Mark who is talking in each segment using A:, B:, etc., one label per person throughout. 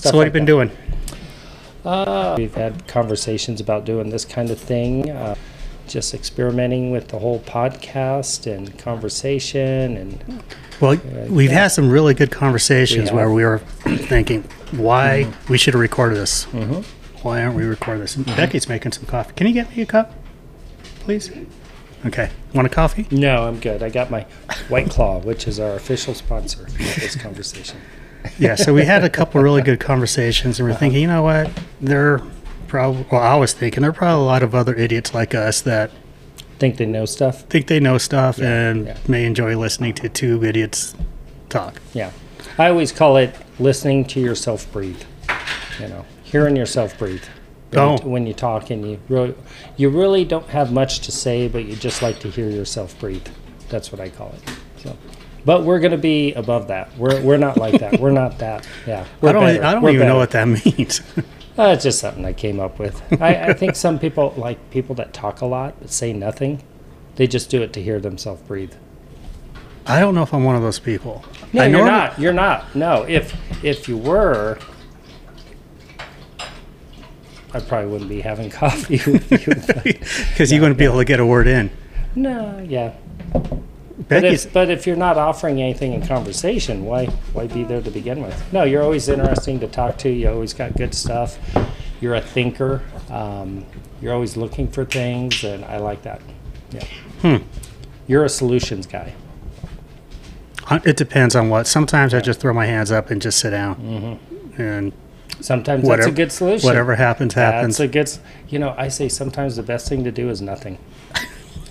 A: So what have you been doing?
B: Uh, we've had conversations about doing this kind of thing, uh, just experimenting with the whole podcast and conversation. And
A: Well, we've
B: yeah.
A: had some really good conversations
B: We
A: where
B: have.
A: we were thinking why we should record this.
B: Mm-hmm.
A: Why aren't we recording this? And Becky's making some coffee. Can you get me a cup, please? Okay. Want a coffee?
B: no, I'm good. I got my White Claw, which is our official sponsor of this conversation.
A: yeah. So we had a couple really good conversations, and we're thinking, you know what? There, are probably. Well, I was thinking there are probably a lot of other idiots like us that
B: Think they know stuff?
A: think they know stuff and
B: yeah.
A: may enjoy listening to two idiots talk.
B: Yeah. I always call it listening to yourself breathe. You know, hearing yourself breathe. When you-
A: Oh.
B: When you talk and you really, you really don't have much to say, but you just like to hear yourself breathe. That's what I call it. So, but we're going to be above that. We're, we're not like that. We're not that. Yeah. We're
A: I don't. e,
B: better.
A: I don't
B: We're
A: even know
B: better.
A: what that means.
B: Uh, it's just something I came up with. I, I think some people like people that talk a lot but say nothing. They just do it to hear themselves breathe.
A: I don't know if I'm one of those people.
B: No,
A: I
B: you're
A: norm-
B: not. You're not. No, if if you were, I probably wouldn't be having coffee with you. but-
A: because you wouldn't be able to get a word in.
B: no, yeah. But
A: Becky's
B: if, but if you're not offering anything in conversation, why why be there to begin with? No, you're always interesting to talk to. You always got good stuff. You're a thinker. Um, you're always looking for things, and I like that. Yeah.
A: Hmm.
B: You're a solutions guy.
A: uh, it depends on what. Sometimes I just throw my hands up and just sit down, and
B: Sometimes
A: whatever
B: that's Mm-hmm. a good solution.
A: Whatever happens, happens.
B: That's a good. s- You know, I say sometimes the best thing to do is nothing.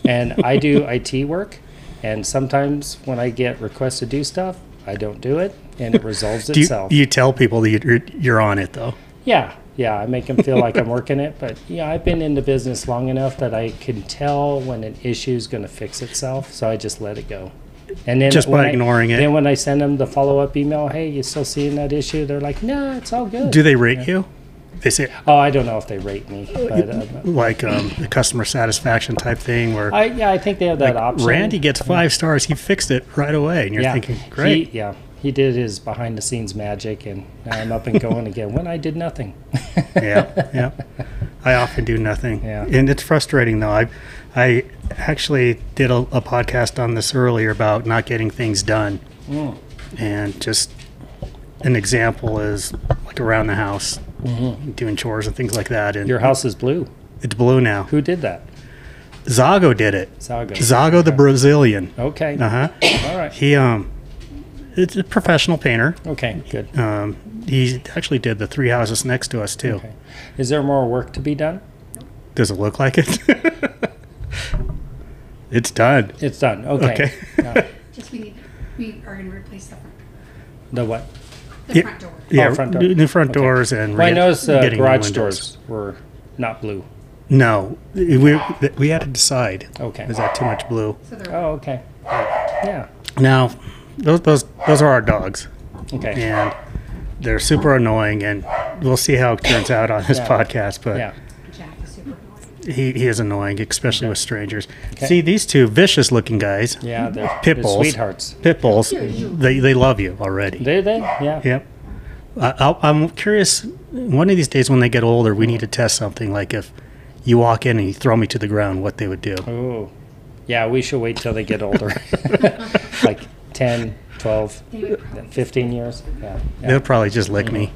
B: and I do IT work, and sometimes when I get requests to do stuff, I don't do it, and it resolves
A: do you,
B: itself.
A: you tell people that you're, you're on it though?
B: yeah, yeah, I make them feel like I'm working it, but yeah, I've been in the business long enough that I can tell when an issue is going to fix itself, so I just let it go. And then
A: Just by
B: when I-
A: ignoring it.
B: Then when I send them the follow up email, hey, you still seeing that issue? They're like, no, it's all good.
A: Do they rate you? They say
B: oh, I don't know if they rate me,
A: Oh,
B: but uh,
A: like um, the customer satisfaction type thing where
B: I yeah, I think they have that option.
A: Randy gets five stars. He fixed it right away, and you're
B: yeah,
A: thinking, great.
B: He, yeah, he did his behind the scenes magic, and now I'm up and going again. When I did nothing.
A: yeah, yeah. I often do nothing.
B: Yeah.
A: And it's frustrating though. I I actually did a, a podcast on this earlier about not getting things done.
B: Hmm.
A: And just an example is like around the house, doing chores and things like that. And
B: Mm-hmm. Your house is blue.
A: it's blue now.
B: Who did that?
A: Zago did it.
B: Zago.
A: Zago the Brazilian.
B: Okay.
A: Uh huh.
B: All right.
A: He um, it's a professional painter.
B: Okay. Good.
A: Um, he actually did the three houses next to us too.
B: Okay. Is there more work to be done?
A: Does it look like it? it's done.
B: It's done. Okay. Oh,
A: Okay.
B: Yeah.
C: Because we need, we are going to replace the front,
B: The what?
C: the
A: Yeah.
C: front door.
A: Yeah,
B: front door.
A: new new front
B: Okay.
A: doors and
B: Well, I
A: re-
B: noticed uh,
A: getting new
B: garage
A: windows.
B: doors were not blue.
A: No, we we had to decide.
B: Okay.
A: is that too much blue?
C: So they're
B: Oh, okay. Yeah.
A: Now, those those those are our dogs,
B: Okay.
A: and they're super annoying. And we'll see how it turns out on this
B: Yeah.
A: podcast. But
B: yeah.
C: Jack is super annoying.
A: he, he is annoying, especially with strangers. See these two vicious looking guys,
B: Yeah. They're,
A: Pit
B: they're
A: bulls.
B: sweethearts.
A: pit bulls. They they love you already.
B: Do they? Yeah.
A: Yep. I, I'll- I'm curious. One of these days, when they get older, we need to test something like if you walk in and you throw me to the ground, what they would do.
B: Oh, yeah, we should wait till they get older. like 10, 12,
C: They would probably
B: 15 years. Yeah. yeah. Mm-hmm.
A: They'll probably just lick me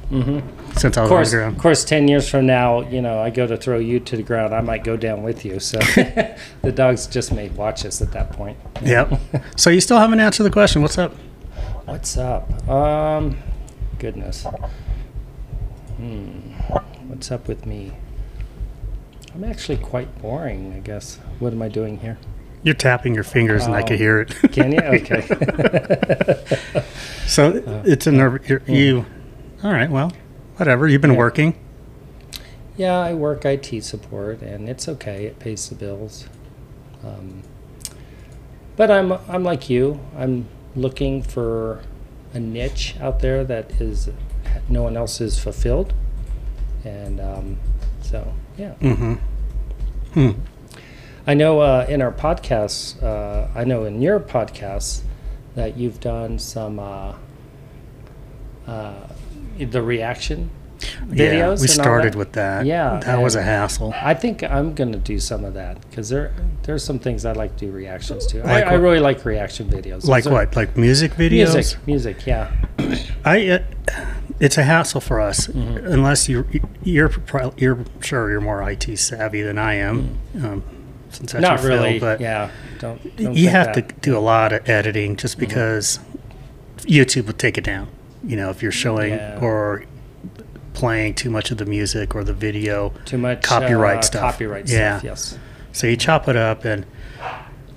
A: since I was on
B: Of course,
A: the
B: of
A: ground.
B: course, 10 years from now, you know, I go to throw you to the ground, I might go down with you. So the dogs just may watch us at that point.
A: Yep. so you still haven't answered the question. What's up?
B: What's up? Um, goodness. Hmm. What's up with me? I'm actually quite boring, I guess. What am I doing here?
A: You're tapping your fingers, and I
B: Oh.
A: could hear it.
B: Can you? Okay.
A: so
B: Uh,
A: it's a nerve. You're, You. All right. Well, whatever. You've been working.
B: Yeah, I work IT support, and it's okay. It pays the bills. Um, but I'm I'm like you. I'm looking for a niche out there that is no one else is fulfilled, and um, so yeah.
A: Mm-hmm. Hmm.
B: I know uh, in our podcasts, uh, I know in your podcasts that you've done some. Uh, uh, the reaction videos.
A: yeah,
B: and
A: we
B: all
A: started
B: that.
A: with that.
B: Yeah,
A: that was a
B: and-
A: hassle.
B: I think I'm gonna do some of that because there there's some things I like to do reactions to.
A: Like
B: I, I
A: what?
B: really like reaction videos.
A: Like
B: Those are-
A: what? Like music videos?
B: Music, music, yeah.
A: I. Uh, it's a hassle for us
B: Mm-hmm.
A: unless you you're pro- you're sure you're more IT savvy than I am. Um, since that's
B: Mm. Not
A: your field,
B: really.
A: but
B: yeah, don't. don't
A: you
B: think
A: have
B: that. Mm-hmm.
A: to do a lot of editing just because YouTube will take it down. You know, if you're showing
B: Yeah.
A: or playing too much of the music or the video,
B: too much
A: copyright
B: uh,
A: stuff.
B: Copyright
A: Yeah.
B: stuff. Yes.
A: so you chop it up and.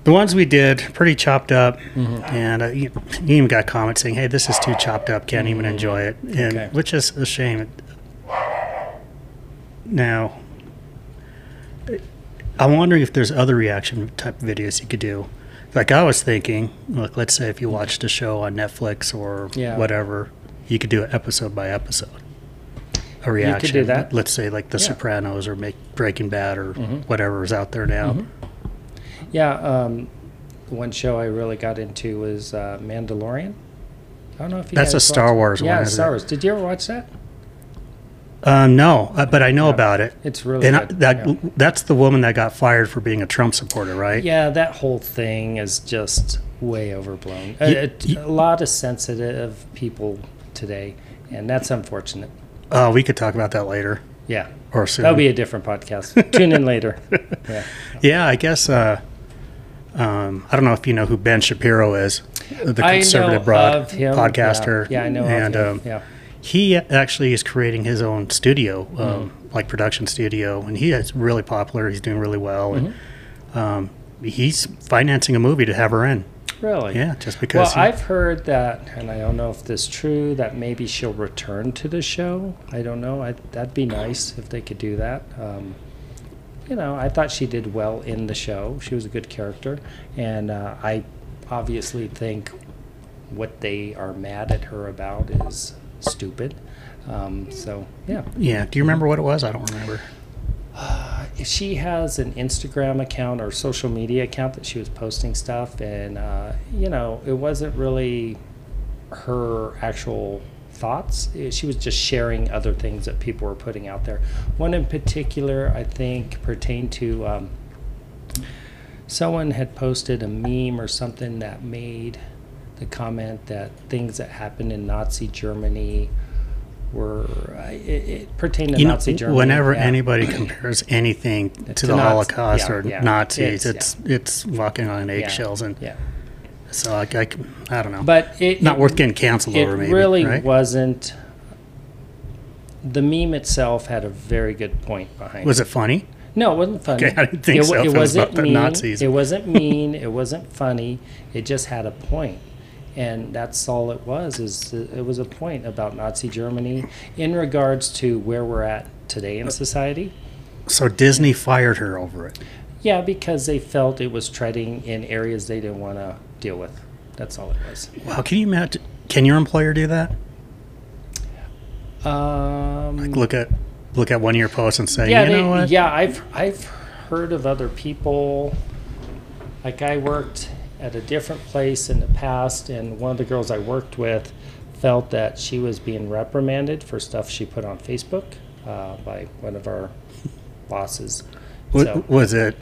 A: The ones we did pretty chopped up, and uh, you, you even got comments saying, "Hey, this is too chopped up. Can't even enjoy it," and
B: Mm. Okay.
A: which is a shame. Now, I'm wondering if there's other reaction type videos you could do. Like I was thinking, like let's say if you watched a show on Netflix or
B: Yeah.
A: whatever, you could do it episode by episode. A reaction.
B: do that.
A: Let's say like The
B: Yeah. Mm-hmm.
A: Sopranos or make Breaking Bad or whatever is out there now.
B: Yeah. Um, one show I really got into was uh, Mandalorian. I don't know if you
A: That's a
B: guys
A: Star
B: watched it.
A: Wars one,
B: Yeah,
A: isn't
B: Star
A: it?
B: Wars. Did you ever watch that?
A: Um, no, uh, but I know about it.
B: It's really
A: And I,
B: good.
A: that
B: yeah.
A: that's the woman that got fired for being a Trump supporter, right?
B: Yeah, that whole thing is just way overblown.
A: You-
B: A, a-
A: you-
B: a lot of sensitive people today, and that's unfortunate.
A: Uh, we could talk about that later
B: Yeah,
A: or soon.
B: that'll be a different podcast. Tune in later. Yeah.
A: yeah, I guess. Uh, um, I don't know if you know who Ben Shapiro is, the
B: I know
A: conservative broad
B: of him, yeah.
A: podcaster.
B: Yeah, I know.
A: And
B: of him.
A: Um,
B: yeah. Mm-hmm.
A: he actually is creating his own studio, um, like production studio, and he is really popular. He's doing really well,
B: Mm-hmm.
A: and um, he's financing a movie to have her in.
B: Really?
A: Yeah, just
B: Well,
A: because. he-
B: I've heard that, and I don't know if this is true, that maybe she'll return to the show. I don't know. I, that'd be nice if they could do that. Um, you know, I thought she did well in the show. She was a good character. And uh, I obviously think what they are mad at her about is stupid. Um, so, yeah.
A: yeah. Do you remember what it was? I don't remember.
B: If she has an Instagram account or social media account that she was posting stuff, and uh, you know, it wasn't really her actual thoughts. It- She was just sharing other things that people were putting out there. One in particular, I think, pertained to um, someone had posted a meme or something that made the comment that things that happened in Nazi Germany were uh, it, it pertained to
A: You know,
B: Nazi Germany.
A: whenever
B: yeah.
A: anybody compares anything to,
B: To
A: the
B: Nazi-
A: Holocaust
B: yeah,
A: or
B: yeah.
A: Nazis,
B: It's-
A: it's it's walking on
B: Yeah,
A: eggshells, and
B: yeah.
A: so I, I, I don't know.
B: But it
A: not
B: it-
A: worth getting canceled
B: It
A: over, maybe.
B: really
A: right?
B: wasn't. The meme itself had a very good point behind
A: Was
B: it.
A: it funny?
B: No, it wasn't funny.
A: Okay, I didn't think
B: it,
A: so,
B: wa-
A: if
B: It,
A: it was
B: wasn't
A: about the
B: mean.
A: Nazis.
B: It wasn't mean. it wasn't funny. It just had a point, and that's all it was. Is it it was a point about Nazi Germany in regards to where we're at today in society.
A: So Disney fired her over it.
B: Yeah, because they felt it was treading in areas they didn't want to deal with. That's all it was.
A: Wow, can you imagine? Can your employer do that?
B: Um,
A: Like look at look at one of your posts and say,
B: yeah,
A: you
B: they-
A: know what?
B: yeah. I've I've heard of other people. Like I worked at a different place in the past, and one of the girls I worked with felt that she was being reprimanded for stuff she put on Facebook uh, by one of our bosses.
A: Wa-
B: So-
A: Was it?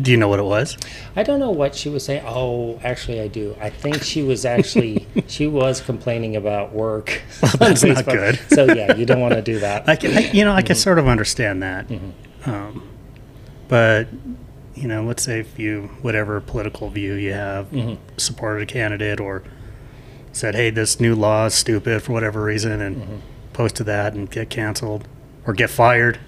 A: Do you know what it was?
B: I don't know what she was saying. Oh, actually, I do. I think she was actually she was complaining about work. on
A: Oh, that's not
B: Facebook.
A: good.
B: So yeah, you don't want to do that. Mm-hmm.
A: I, can, I you know, I can sort of understand that. Um, but you know, let's say if you whatever political view you have
B: Mm. Mm-hmm,
A: supported a candidate or said, "Hey, this new law is stupid" for whatever reason, and
B: Mm. mm-hmm.
A: posted that and get canceled or get fired.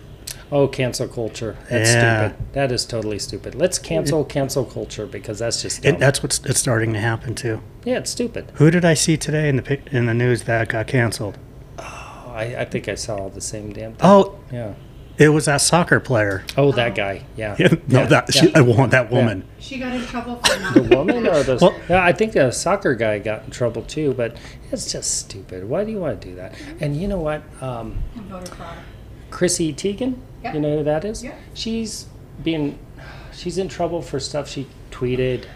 B: Oh, cancel culture. That's
A: Yeah.
B: stupid. That is totally stupid. Let's cancel cancel culture because that's just dumb.
A: It, that's what's it's starting to happen too.
B: yeah, it's stupid.
A: Who did I see today in the pic- in the news that got canceled?
B: Oh, I, I think I saw all the same damn thing.
A: Oh,
B: Yeah.
A: it was that soccer player.
B: Oh, that guy. Yeah.
A: no,
B: Yeah,
A: that
B: yeah.
A: she, I want that woman.
C: She got in trouble for not.
B: the woman or the
A: Well-
B: yeah, I think the soccer guy got in trouble too, but it's just stupid. Why do you want to do that? And you know what? Um,
C: And voter fraud.
B: Chrissy Teigen.
C: Yeah.
B: You know who that is?
C: Yeah.
B: She's being, she's in trouble for stuff she tweeted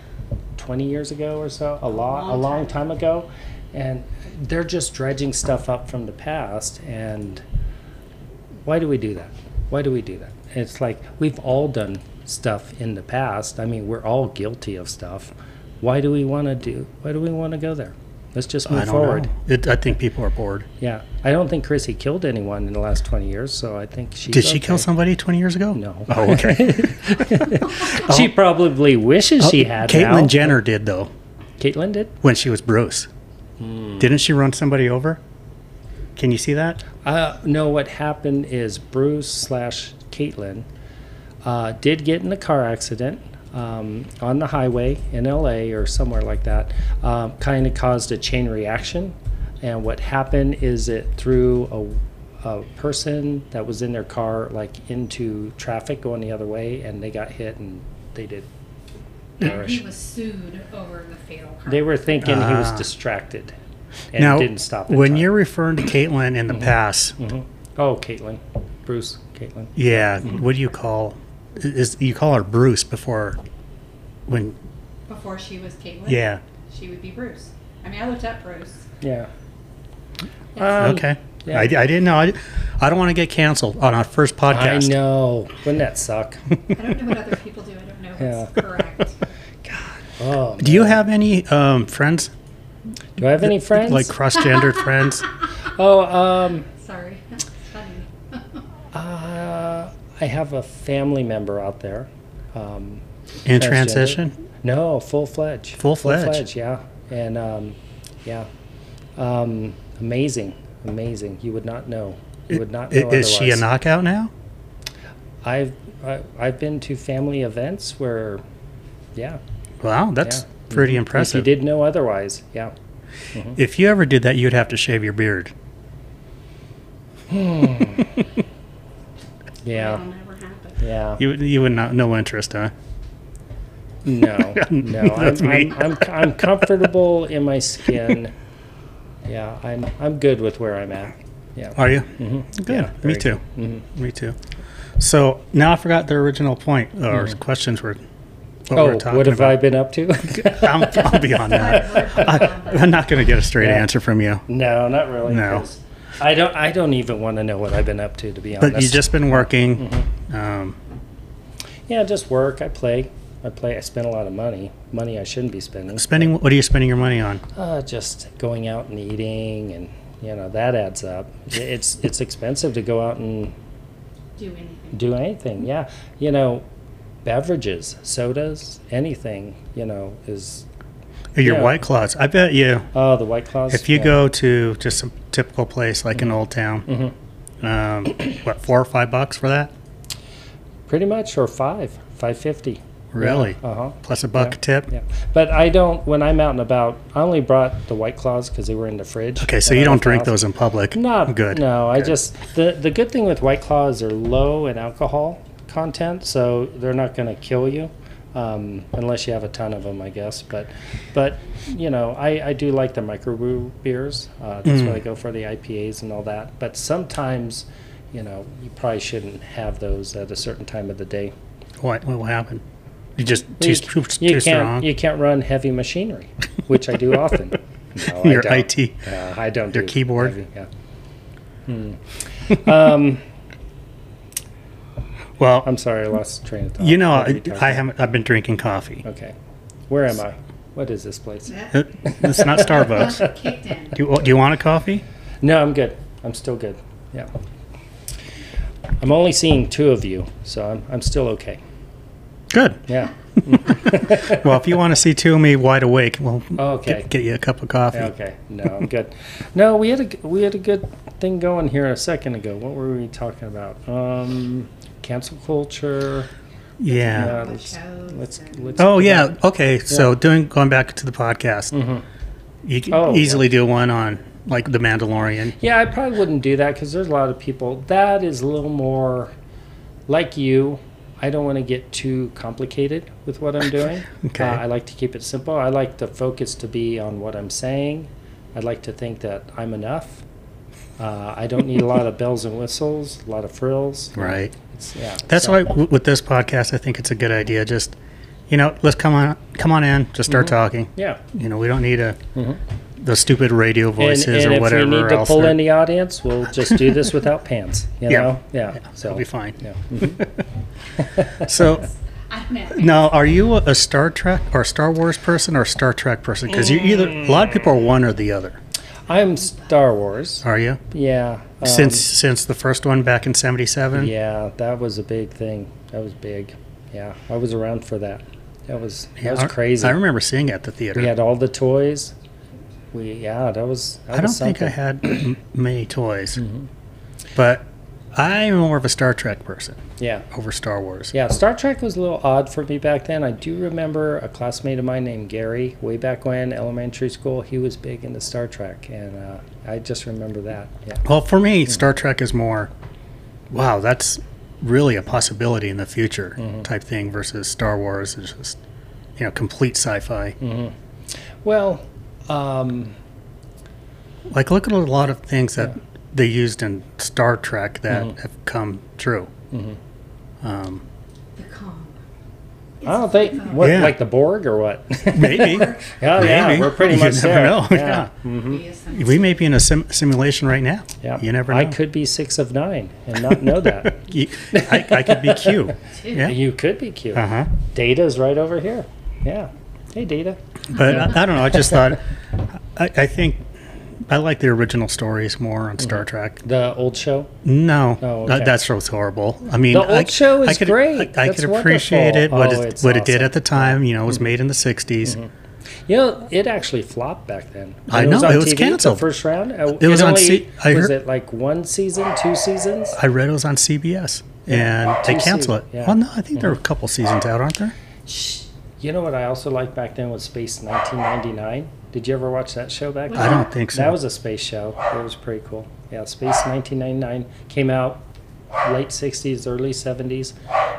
B: 20 years ago or so, a lot, a
C: long
B: long time ago, And they're just dredging stuff up from the past. And why do we do that? Why do we do that? It's like we've all done stuff in the past. I mean, we're all guilty of stuff. Why do we want to do? Why do we want to go there? Let's just move
A: I don't
B: forward.
A: know. It, I think people are bored.
B: Yeah, I don't think Chrissy killed anyone in the last twenty years, so I think she
A: Did she kill
B: someone?
A: somebody 20 years ago?
B: No.
A: Oh, okay. Oh,
C: Oh.
B: she probably wishes she had.
A: Caitlyn
B: now.
A: Jenner did though
B: Caitlyn did.
A: when she was Bruce.
B: Hmm.
A: Didn't she run somebody over? Can you see that?
B: Uh, no, what happened is Bruce slash Caitlin uh, did get in a car accident um, on the highway in LA or somewhere like that. Um, kind of caused a chain reaction. And what happened is it threw a, a person that was in their car like into traffic going the other way and they got hit and they did
C: And he
B: perish.
C: was sued over the fatal car.
B: They were thinking he was
A: Ah.
B: distracted and didn't stop. in
A: when
B: time.
A: you're referring to Caitlyn in the past,
B: Mhm. Oh, Caitlin. Bruce, Caitlin.
A: yeah, what do you call? Is you call her Bruce before? When
C: Before she was Caitlin.
A: yeah,
C: She would be Bruce. I mean, I looked up Bruce.
B: Yeah.
C: Yes.
B: Um,
A: okay.
B: yeah.
A: I, I didn't know. I, I don't want to get canceled on our first
B: I
A: podcast.
B: know. Wouldn't that suck?
C: I don't know what other people do. I don't know what's
B: Yeah.
C: correct.
B: Oh,
A: Do you
B: man.
A: have any um, friends?
B: Do I have any friends?
A: Like cross gendered friends?
B: oh, um,
C: Sorry. That's funny.
B: uh, I have a family member out there. Um,
A: In
B: Transgender.
A: transition?
B: no, full fledged.
A: Full-fledged.
B: Yeah, and um, yeah, um, amazing, amazing. You would not know. You would not
A: I-
B: know.
A: Is she a
B: otherwise.
A: knockout now?
B: I've I, I've been to family events where, yeah,
A: Wow, that's
B: Yeah. Mm-hmm.
A: pretty
B: if you
A: impressive. Mm-hmm.
B: did know otherwise, yeah.
A: If you ever did that, you'd have to shave your beard.
B: Hmm. Yeah,
C: That'll never happen.
B: yeah.
A: You would- you would not no interest, huh?
B: No, no.
A: That's
B: I'm,
A: me.
B: I'm, I'm, I'm comfortable in my skin. Yeah, I'm, I'm good with where I'm at. Yeah.
A: Are you?
B: Mm-hmm.
A: Good. Me
B: very
A: too.
B: Mhm.
A: Me too. So now I forgot the original point or questions were. What we
B: Hmm. Oh,
A: were talking
B: what have I
A: about.
B: been up to?
A: I'm, I'll be on that. I, I'm not going to get a straight
B: Yeah.
A: answer from you.
B: no, not really.
A: No.
B: 'cause I don't, I don't even want to know what I've been up to, to be honest. Mm-hmm.
A: But you've just been working.
B: Hmm.
A: Um,
B: yeah, just work. I play. I play. I spend a lot of money. Money I shouldn't be spending.
A: spending. What are you spending your money on?
B: Uh, just going out and eating, and you know that adds up. It's it's expensive to go out and
C: Do anything.
B: do anything. Yeah, you know, beverages, sodas, anything. You know, is
A: Your
B: Yeah.
A: white claws. I bet you.
B: oh the white claws.
A: If you
B: yeah. Mm-hmm.
A: go to just some typical place like an old town, um, what four or five bucks for that?
B: pretty much or five, five fifty.
A: Really?
B: Uh huh.
A: Plus a buck
B: Yeah.
A: tip.
B: Yeah, but I don't. When I'm out and about, I only brought the white claws because they were in the fridge.
A: Okay, so
B: when
A: you
B: I
A: don't
B: left the
A: drink
B: house.
A: those in public.
B: Not
A: good.
B: No, I just the the good thing with White Claws are low in alcohol content, so they're not going to kill you, um, unless you have a ton of them, I guess. But but you know, I I do like the microbrew beers. Uh,
A: Mm.
B: that's what I go for the IPAs and all that. But sometimes, you know, you probably shouldn't have those at a certain time of the day.
A: What, what will happen? You just too,
B: you,
A: too,
B: you
A: too
B: can't
A: strong.
B: you can't run heavy machinery, which I do often. No, I
A: Your
B: don't.
A: IT.
B: No, I don't.
A: Your
B: do
A: keyboard.
B: heavy, yeah. Hmm. um,
A: well,
B: I'm sorry, I lost train of thought.
A: you know,
B: What are we
A: I,
B: talking
A: I
B: about?
A: haven't. I've been drinking coffee.
B: Okay, where am I? What is this place?
C: That
A: It- It's not Starbucks.
C: kicked in.
A: Do you, do you want a coffee?
B: No, I'm good. I'm still good. Yeah. I'm only seeing two of you, so I'm I'm still okay.
A: Good.
B: Yeah.
A: Well, if you want to see two of me wide awake, we'll
B: Okay.
A: get, get you a cup of coffee.
B: Okay. No, I'm good. No, we had a g- we had a good thing going here a second ago. What were we talking about? Um, cancel culture.
A: Yeah.
B: Uh,
C: What
B: let's,
C: shows
B: let's,
C: and-
B: let's
A: Oh yeah. Okay. So doing going back to the podcast,
B: Mm-hmm.
A: you can
B: Oh,
A: easily do one on like The Mandalorian.
B: Yeah, I probably wouldn't do that because there's a lot of people. That is a little more like you. I don't want to get too complicated with what I'm doing.
A: Okay.
B: Uh, I like to keep it simple. I like the focus to be on what I'm saying. I like to think that I'm enough. Uh, I don't need a lot of bells and whistles, a lot of frills.
A: Right.
B: It's, yeah.
A: That's
B: so-
A: why w- with this podcast, I think it's a good idea.
B: Mm-hmm.
A: Just you know, let's come on, come on in, just start talking.
B: Yeah.
A: You know, we don't need a the stupid radio
B: And,
A: Mm-hmm. voices
B: and
A: or
B: if we
A: whatever
B: need to
A: else.
B: pull
A: they're-
B: in the audience, we'll just do this without pants, you
A: Yeah.
B: know? Yeah, so.
A: It'll be fine.
B: yeah. Mm-hmm.
A: So
C: I don't
A: now,
C: know.
A: are you a Star Trek or Star Wars person or Star Trek person? Because you either a lot of people are one or the other.
B: I'm Star Wars,
A: Are you
B: yeah. um,
A: since since the first one back in '77?
B: Yeah, that was a big thing. That was big. Yeah, I was around for that. That was, that was
A: I-
B: crazy.
A: I remember seeing it at the theater.
B: We had all the toys. We yeah, that was. That
A: I don't
B: was
A: think I
B: something. Mm-hmm.
A: had m- many toys, but I'm more of a Star Trek person
B: Yeah,
A: over Star Wars.
B: yeah. Star Trek was a little odd for me back then. I do remember a classmate of mine named Gary way back when elementary school. He was big into Star Trek, and uh, I just remember that. Yeah,
A: Well, for me,
B: Mm-hmm.
A: Star Trek is more, wow, that's really a possibility in the future
B: Mm-hmm.
A: type thing versus Star Wars is just, you know, complete sci-fi.
B: Mm-hmm. well, um,
A: Like look at a lot of things that they used in Star Trek that
B: Mm-hmm.
A: have come true. Um,
C: The calm.
B: I don't think
C: It's
B: what
A: Yeah.
B: like the Borg or what.
A: maybe,
B: yeah, Oh, yeah,
A: Maybe.
B: we're pretty
A: You
B: much
A: never
B: there.
A: know.
B: Yeah. Mm-hmm.
C: the essence.
A: we may be in a sim- simulation right now.
B: yeah,
A: you never. Know.
B: I could be six of nine and not know that.
A: You- I, I could be Q. Yeah.
B: You could be cute.
A: Uh huh.
B: Data's right over here. Yeah. Hey, Data.
A: But I, I don't know. I just thought. I, I think I like the original stories more on Star Trek.
B: The old show.
A: No,
B: Mm-hmm. Oh,
A: that,
B: okay.
A: that show's horrible. I mean,
B: The old
A: I,
B: show
A: I
B: is
A: could,
B: great.
A: I, I
B: That's
A: could appreciate
B: wonderful.
A: it. What,
B: Oh,
A: it,
B: it's
A: what it did
B: awesome. Mm-hmm.
A: at the time. You know, it was made in the '60s.
B: You know, it actually flopped back then. When
A: I know,
B: on
A: it was
B: TV,
A: canceled.
B: The first round. uh,
A: It was on
B: only-
A: C- I
B: was
A: heard-
B: it like one season, two seasons?
A: I read it was on CBS, and they
B: Two
A: cancel it.
B: seasons, yeah. Mm-hmm.
A: Well, no, I think there are a couple seasons out, aren't there?
B: Shh. You know what I also liked back then was Space 1999. Did you ever watch that show back then?
A: I don't think so.
B: That was a space show. It was pretty cool. Yeah, Space 1999 came out late 60s, early 70s.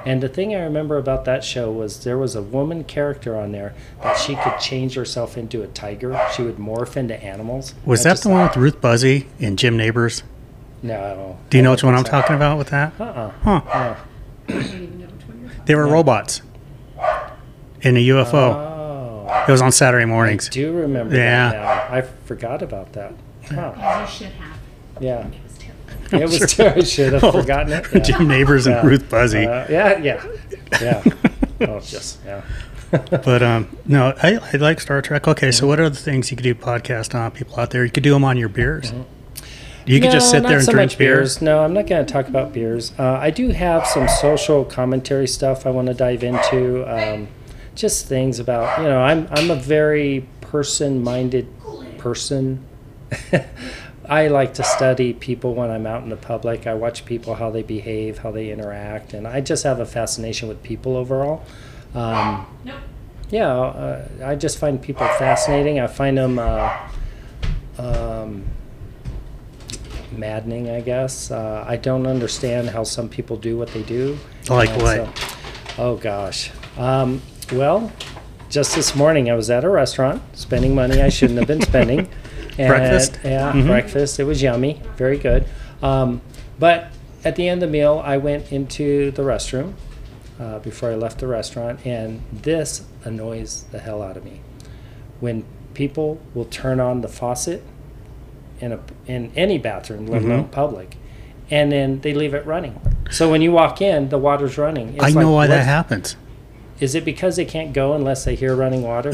B: And the thing I remember about that show was there was a woman character on there that she could change herself into a tiger. She would morph into animals.
A: Was
B: I
A: that
B: just
A: the one with Ruth Buzzy and Jim Neighbors?
B: thought, No.
A: Do you know which one I'm talking about with that?
B: Uh-uh.
A: Huh?
B: No.
C: I don't even know which one you're talking
A: They were robots in a UFO.
B: Oh.
A: it was on Saturday
B: I
A: mornings.
B: do remember
A: Yeah.
B: that now. I forgot about that. Huh.
C: about. As you should have.
B: Yeah.
C: It was terrible.
B: It was
A: sure.
B: terrible. I should have forgotten it. Yeah.
A: Jim Neighbors and
B: Yeah.
A: Ruth Buzzy.
B: Uh, yeah, yeah, yeah. oh, just yeah.
A: but um, no, I, I like Star Trek. Okay,
B: Mhm.
A: so what are the things you could do podcast on? People out there, you could do them on your beers. You could just
B: Mhm. No,
A: sit
B: not
A: there and
B: so
A: drink
B: much
A: beers.
B: No, I'm not going to talk about beers. Uh, I do have some social commentary stuff I want to dive into. Um, just things about you know, I'm I'm a very person-minded person. I like to study people when I'm out in the public. I watch people how they behave, how they interact, and I just have a fascination with people overall. Um,
C: Nope.
B: yeah, uh, I just find people fascinating. I find them uh, um, maddening, I guess. Uh, I don't understand how some people do what they do.
A: Like
B: And
A: what?
B: oh gosh. Um, well, just this morning I was at a restaurant spending money I shouldn't have been spending. And-
A: Breakfast? Mm-hmm.
B: Yeah, breakfast. It was yummy, very good. Um, but at the end of the meal, I went into the restroom uh, before I left the restaurant, and this annoys the hell out of me. When people will turn on the faucet in a in any bathroom, let alone
A: Mhm.
B: public, and then they leave it running. So when you walk in, the water's running. It's
A: I
B: like,
A: know why
B: what-
A: that happens.
B: Is it because they can't go unless they hear running water?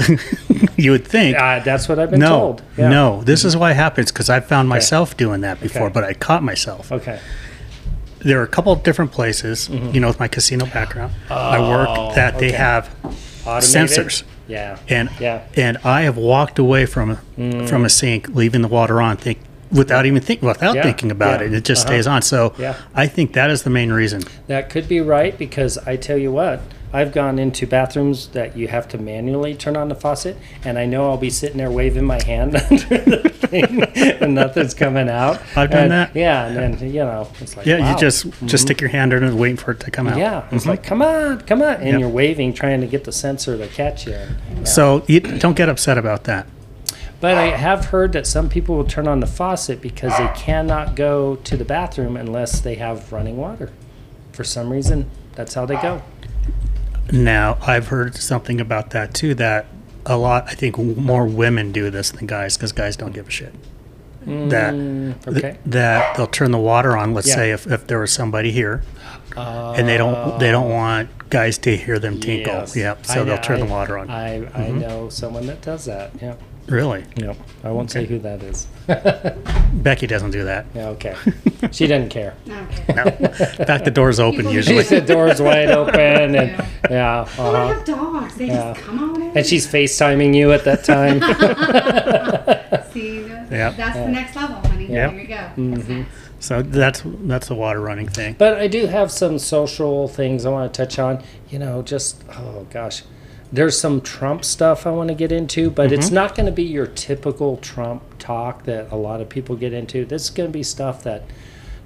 A: you would think.
B: uh, that's what I've been
A: no,
B: told. Yeah. Mhm.
A: no. This is why it happens because I found myself doing that before,
B: Okay.
A: but I caught myself.
B: Okay.
A: There are a couple of different places, you know, with my casino background, I work that they
B: Mm-hmm. Oh, okay.
A: have
B: Automated?
A: sensors.
B: Yeah.
A: and
B: Yeah. Mm.
A: and I have walked away from from a sink, leaving the water on, think without even think without
B: Yeah,
A: thinking about
B: yeah,
A: it. It just
B: uh-huh.
A: stays on. So
B: Yeah.
A: I think that is the main reason.
B: That could be right because I tell you what, I've gone into bathrooms that you have to manually turn on the faucet, and I know I'll be sitting there waving my hand under the thing, and nothing's coming out.
A: I've done
B: And-
A: that.
B: Yeah, and then you know, it's like
A: Yeah,
B: wow. Mm-hmm.
A: you just just stick your hand under it, waiting for it to come out. Mm-hmm.
B: yeah, it's like come on, come on, and
A: Yeah.
B: you're waving, trying to get the sensor to catch you.
A: So you don't get upset about that.
B: But I have heard that some people will turn on the faucet because they cannot go to the bathroom unless they have running water. For some reason, that's how they go.
A: Now I've heard something about that too. That a lot. I think more women do this than guys because guys don't give a shit. That
B: Mm,
A: th-
B: okay.
A: that they'll turn the water on. Let's
B: Yeah.
A: say if, if there was somebody here,
B: Uh,
A: and they don't they don't want guys to hear them tinkle.
B: yes.
A: Yep. So
B: I
A: they'll
B: know-
A: turn
B: I-
A: the water on. Mm-hmm.
B: I, I know someone that does that. Yeah.
A: really,
B: No, I won't say who that is.
A: Becky doesn't do that.
B: Yeah, okay. She doesn't care.
C: Okay.
A: No. In fact, the door's open
C: People
A: usually.
B: She's the door's wide open and
C: Yeah.
B: yeah,
C: Well, I
B: uh-huh.
C: have dogs. They
B: Yeah.
C: just come on in.
B: and she's FaceTiming you at that time.
C: See, that-
A: Yeah.
C: that's the next level, honey.
A: Yeah.
C: There you go.
B: Mm-hmm.
C: That's next.
A: So that's that's the water running thing.
B: But I do have some social things I want to touch on. You know, just oh gosh, there's some Trump stuff I want to get into, but it's
A: Mm-hmm.
B: not going to be your typical Trump talk that a lot of people get into. This is going to be stuff that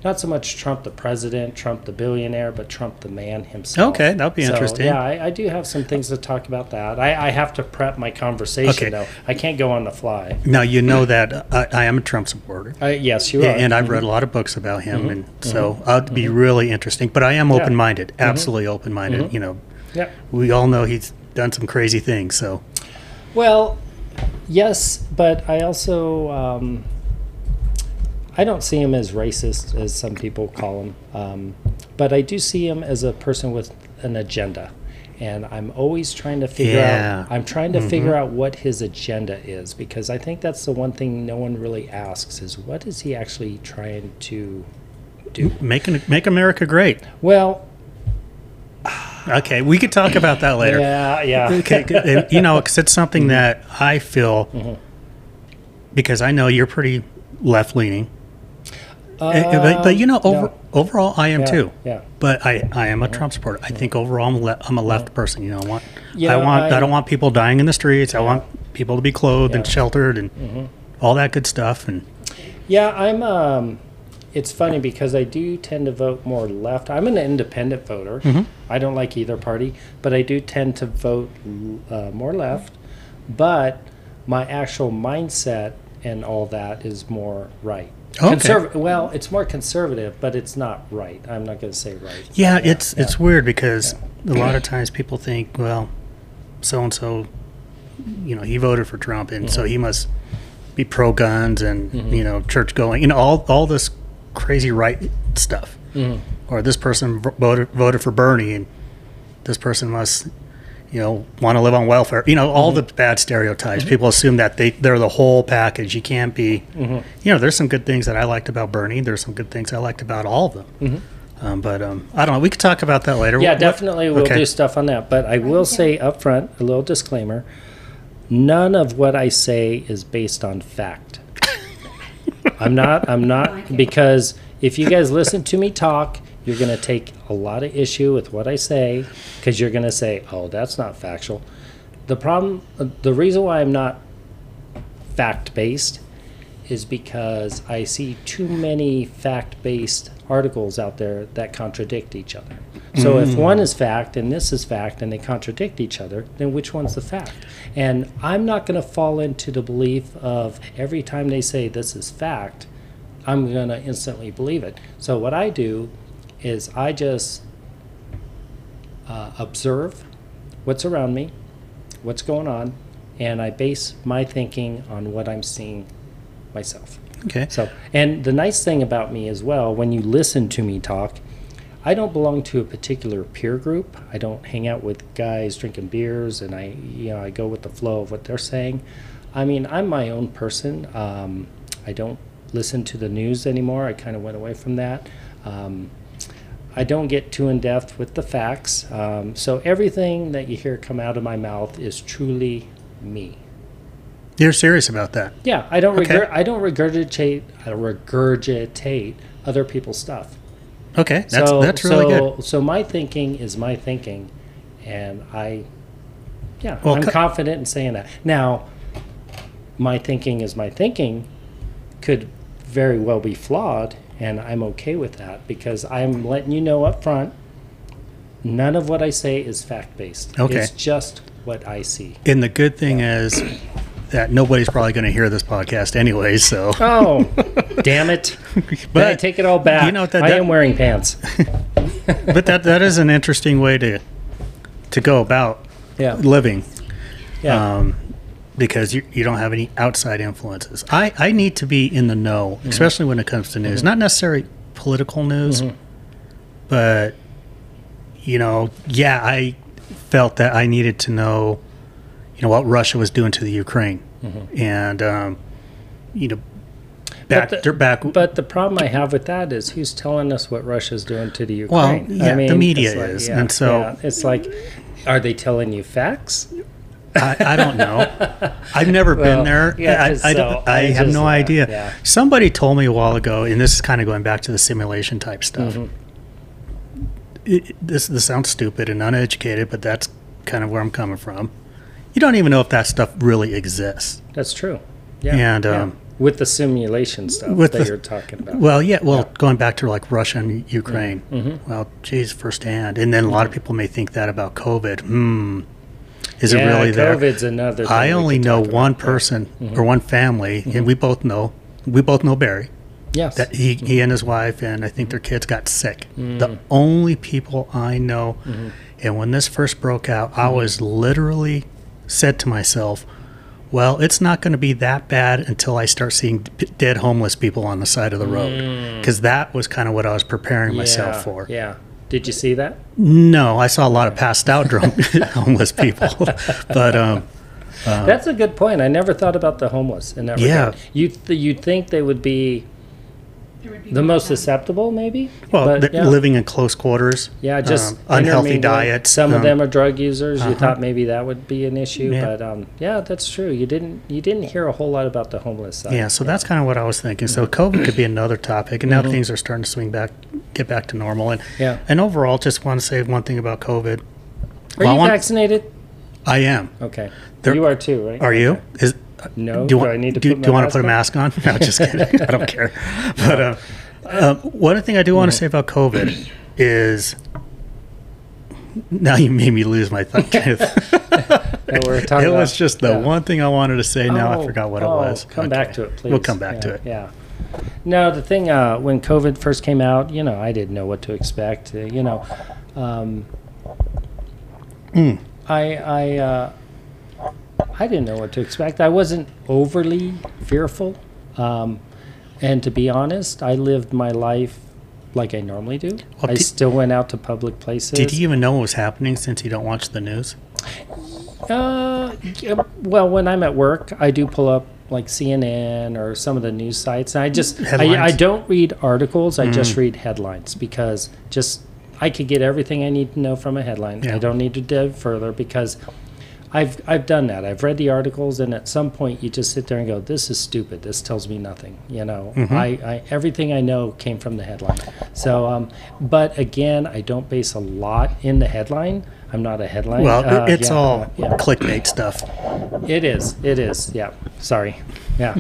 B: not so much Trump the president, Trump the billionaire, but Trump the man himself.
A: Okay, that'll be
B: So,
A: interesting.
B: Yeah, I, I do have some things to talk about that. I, I have to prep my conversation
A: Okay.
B: though. I can't go on the fly.
A: Now you know
B: Mm.
A: that I, I am a Trump supporter.
B: Uh, yes, you
A: Yeah,
B: are.
A: and I've read a lot of books about him, and so that'd be really interesting. But I am open minded, absolutely open minded. You know,
B: yeah.
A: we all know he's done some crazy things. So
B: Well, yes, but I also um, I don't see him as racist as some people call him, um, but I do see him as a person with an agenda, and I'm always trying to figure
A: Yeah. Mm-hmm.
B: out. I'm trying to figure out what his agenda is because I think that's the one thing no one really asks is what is he actually trying to.
A: making make America great.
B: Well,
A: Okay, we could talk about that later.
B: yeah, yeah. Mm-hmm.
A: Okay, good. Uh, you know, 'cause it's something that I feel because I know you're pretty left leaning, but, but you know,
B: Uh, no.
A: over, overall, I am
B: Yeah,
A: too.
B: yeah. Mm-hmm.
A: But I, I am a Trump supporter. I think overall, I'm, le- I'm a left person. You know, I want
B: Yeah,
A: I want I,
B: Mm-hmm. I-
A: don't want people dying in the streets. I want people to be clothed and
B: Yeah. Mm-hmm.
A: sheltered and all that good stuff. And
B: Yeah, I'm. Um, it's funny because I do tend to vote more left. I'm an independent voter.
A: Mm-hmm.
B: I don't like either party, but I do tend to vote uh, more left. But my actual mindset and all that is more right.
A: Okay.
B: Conserv- well, it's more conservative, but it's not right. I'm not going to say right.
A: yeah, it's it's weird because a lot of times people think, well, so and so, you know, he voted for Trump, and so he must be pro guns and you know church going and all all this crazy right stuff.
B: Mm-hmm.
A: Or this person v- voted voted for Bernie, and this person must you know want to live on welfare. You know all
B: Mm-hmm.
A: the bad stereotypes. People assume that they they're the whole package. You can't be.
B: Mm-hmm.
A: You know, there's some good things that I liked about Bernie. There's some good things I liked about all of them. Um, but um, I don't know. We could talk about that later.
B: Mm-hmm. Yeah,
A: What-
B: definitely we'll
A: okay.
B: do stuff on that. But I will say up front, a little disclaimer: none of what I say is based on fact. I'm not. I'm not because if you guys listen to me talk, you're going to take a lot of issue with what I say because you're going to say, "Oh, that's not factual." The problem, the reason why I'm not fact based is because I see too many fact based articles out there that contradict each other. So if one is fact and this is fact and they contradict each other, then which one's the fact? And I'm not going to fall into the belief of every time they say this is fact, I'm going to instantly believe it. So what I do is I just uh, observe what's around me, what's going on, and I base my thinking on what I'm seeing myself.
A: Okay.
B: So, and the nice thing about me as well, when you listen to me talk, I don't belong to a particular peer group. I don't hang out with guys drinking beers, and I, you know, I go with the flow of what they're saying. I mean, I'm my own person. Um, I don't listen to the news anymore. I kind of went away from that. Um, I don't get too in depth with the facts. Um, so everything that you hear come out of my mouth is truly me.
A: You're serious about that.
B: Yeah, I don't
A: Okay.
B: regurg- I don't regurgitate I regurgitate other people's stuff.
A: Okay, that's
B: so
A: that's really
B: so,
A: good.
B: So my thinking is my thinking, and I, yeah,
A: Well,
B: I'm
A: co-
B: confident in saying that. Now, my thinking is my thinking, could very well be flawed, and I'm okay with that because I'm letting you know up front. None of what I say is fact based.
A: Okay.
B: It's just what I see.
A: And the good thing is that nobody's probably going to hear this podcast anyway. So,
B: Oh, damn it. But I take it all back.
A: You know what that-
B: I
A: that-
B: am wearing pants.
A: but that that is an interesting way to to go about
B: Yeah.
A: living.
B: Yeah.
A: Um, because you, you don't have any outside influences. I, I need to be in the know,
B: Mm-hmm.
A: especially when it comes to news. Not necessarily political news,
B: Mm-hmm.
A: but, you know, yeah, I felt that I needed to know, you know, what Russia was doing to the Ukraine. And, um, you know, back,
B: Mm-hmm. the-
A: they're back.
B: But the problem I have with that is who's telling us what Russia's doing to the
A: Well,
B: Ukraine?
A: yeah,
B: I
A: the
B: mean,
A: media
B: it's like-
A: is,
B: yeah,
A: and so-
B: yeah, it's like, are they telling you facts?
A: I, I don't know. I've never
B: Well,
A: been there.
B: yeah,
A: I,
B: 'cause
A: I,
B: so,
A: don't- I
B: I
A: have
B: just-
A: no
B: yeah,
A: idea.
B: yeah.
A: Somebody told me a while ago, and this is kind of going back to the simulation type stuff.
B: Mm-hmm.
A: It, this this sounds stupid and uneducated, but that's kind of where I'm coming from. You don't even know if that stuff really exists.
B: That's true. Yeah,
A: And,
B: yeah.
A: um,
B: with the simulation stuff
A: with
B: that
A: the-
B: you're talking about.
A: Well, yeah. Well, going back to like Russia and Ukraine.
B: Mm-hmm.
A: Well, geez, firsthand. And then a lot of people may think that about COVID. Hmm. Is
B: yeah,
A: it really there?
B: COVID's another. Thing
A: I
B: we
A: only
B: could
A: know
B: talk about. Mm-hmm.
A: one person or one family, and we both know we both know Barry.
B: Yes.
A: That he, he and his wife and I think their kids got sick.
B: Mm-hmm.
A: The only people I know, and when this first broke out,
B: Mm-hmm.
A: I was literally said to myself, "Well, it's not going to be that bad until I start seeing d- dead homeless people on the side of the road," because that was kind of what I was preparing
B: Mm. Yeah,
A: myself for.
B: Yeah. Did you see that?
A: No, I saw a lot of passed out drunk homeless people, but um,
B: That's a good point. I never thought about the homeless in that
A: Yeah.
B: regard. You th- you'd think they would be
C: There would be
B: the
C: more
B: most
C: time.
B: susceptible, maybe.
A: Well,
B: But,
A: th-
B: yeah.
A: living in close quarters.
B: Yeah, just
A: um, unhealthy
B: intermingling.
A: diets.
B: Some
A: um, uh-huh.
B: of them are drug users. You thought maybe that would be an issue,
A: Yeah.
B: but um, yeah, that's true. You didn't you didn't hear a whole lot about the homeless side. Mm-hmm.
A: Yeah, so that's kind of what I was thinking. So COVID could be another topic, and now things are starting to swing back, get back to normal. And
B: Yeah.
A: and overall, just want to say one thing about COVID.
B: Are
A: Well, I
B: you
A: want-
B: vaccinated?
A: I am.
B: Okay.
A: There-
B: you are too, right?
A: Are you? Is
B: No.
A: do
B: Do,
A: you want,
B: I need to
A: do,
B: put,
A: do you
B: my
A: want to put a mask on? No, just kidding. I don't care. But uh, um, one thing I do
B: Mm-hmm.
A: want to say about COVID is now you made me lose my thought.
B: No, we're
A: it
B: talking
A: was
B: about-
A: just the
B: yeah.
A: one thing I wanted to say. Now I
B: Oh,
A: forgot what
B: oh,
A: it was.
B: Come
A: Okay.
B: back to it, please.
A: We'll come back
B: yeah,
A: to it.
B: Yeah. No, the thing uh, when COVID first came out, you know, I didn't know what to expect. Uh, you know, um,
A: Hmm.
B: I I uh, I didn't know what to expect. I wasn't overly fearful, um, and to be honest, I lived my life like I normally do. I
A: did-
B: still went out to public places.
A: Did you even know what was happening since you don't watch the news?
B: Uh, yeah, well, when I'm at work, I do pull up like CNN or some of the news sites, and I just I, I
A: Headlines. Mm.
B: don't read articles. I just read headlines because just I could get everything I need to know from a headline. I
A: Yeah.
B: don't need to dive further because I've I've done that. I've read the articles, and at some point, you just sit there and go, "This is stupid. This tells me nothing." You know,
A: Mm-hmm.
B: I, I everything I know came from the headline. So, um, but again, I don't base a lot in the headline. I'm not a headline.
A: Well,
B: uh,
A: it it's
B: yeah,
A: all
B: uh, yeah.
A: clickbait stuff.
B: It is. It is. Yeah. Sorry. Yeah.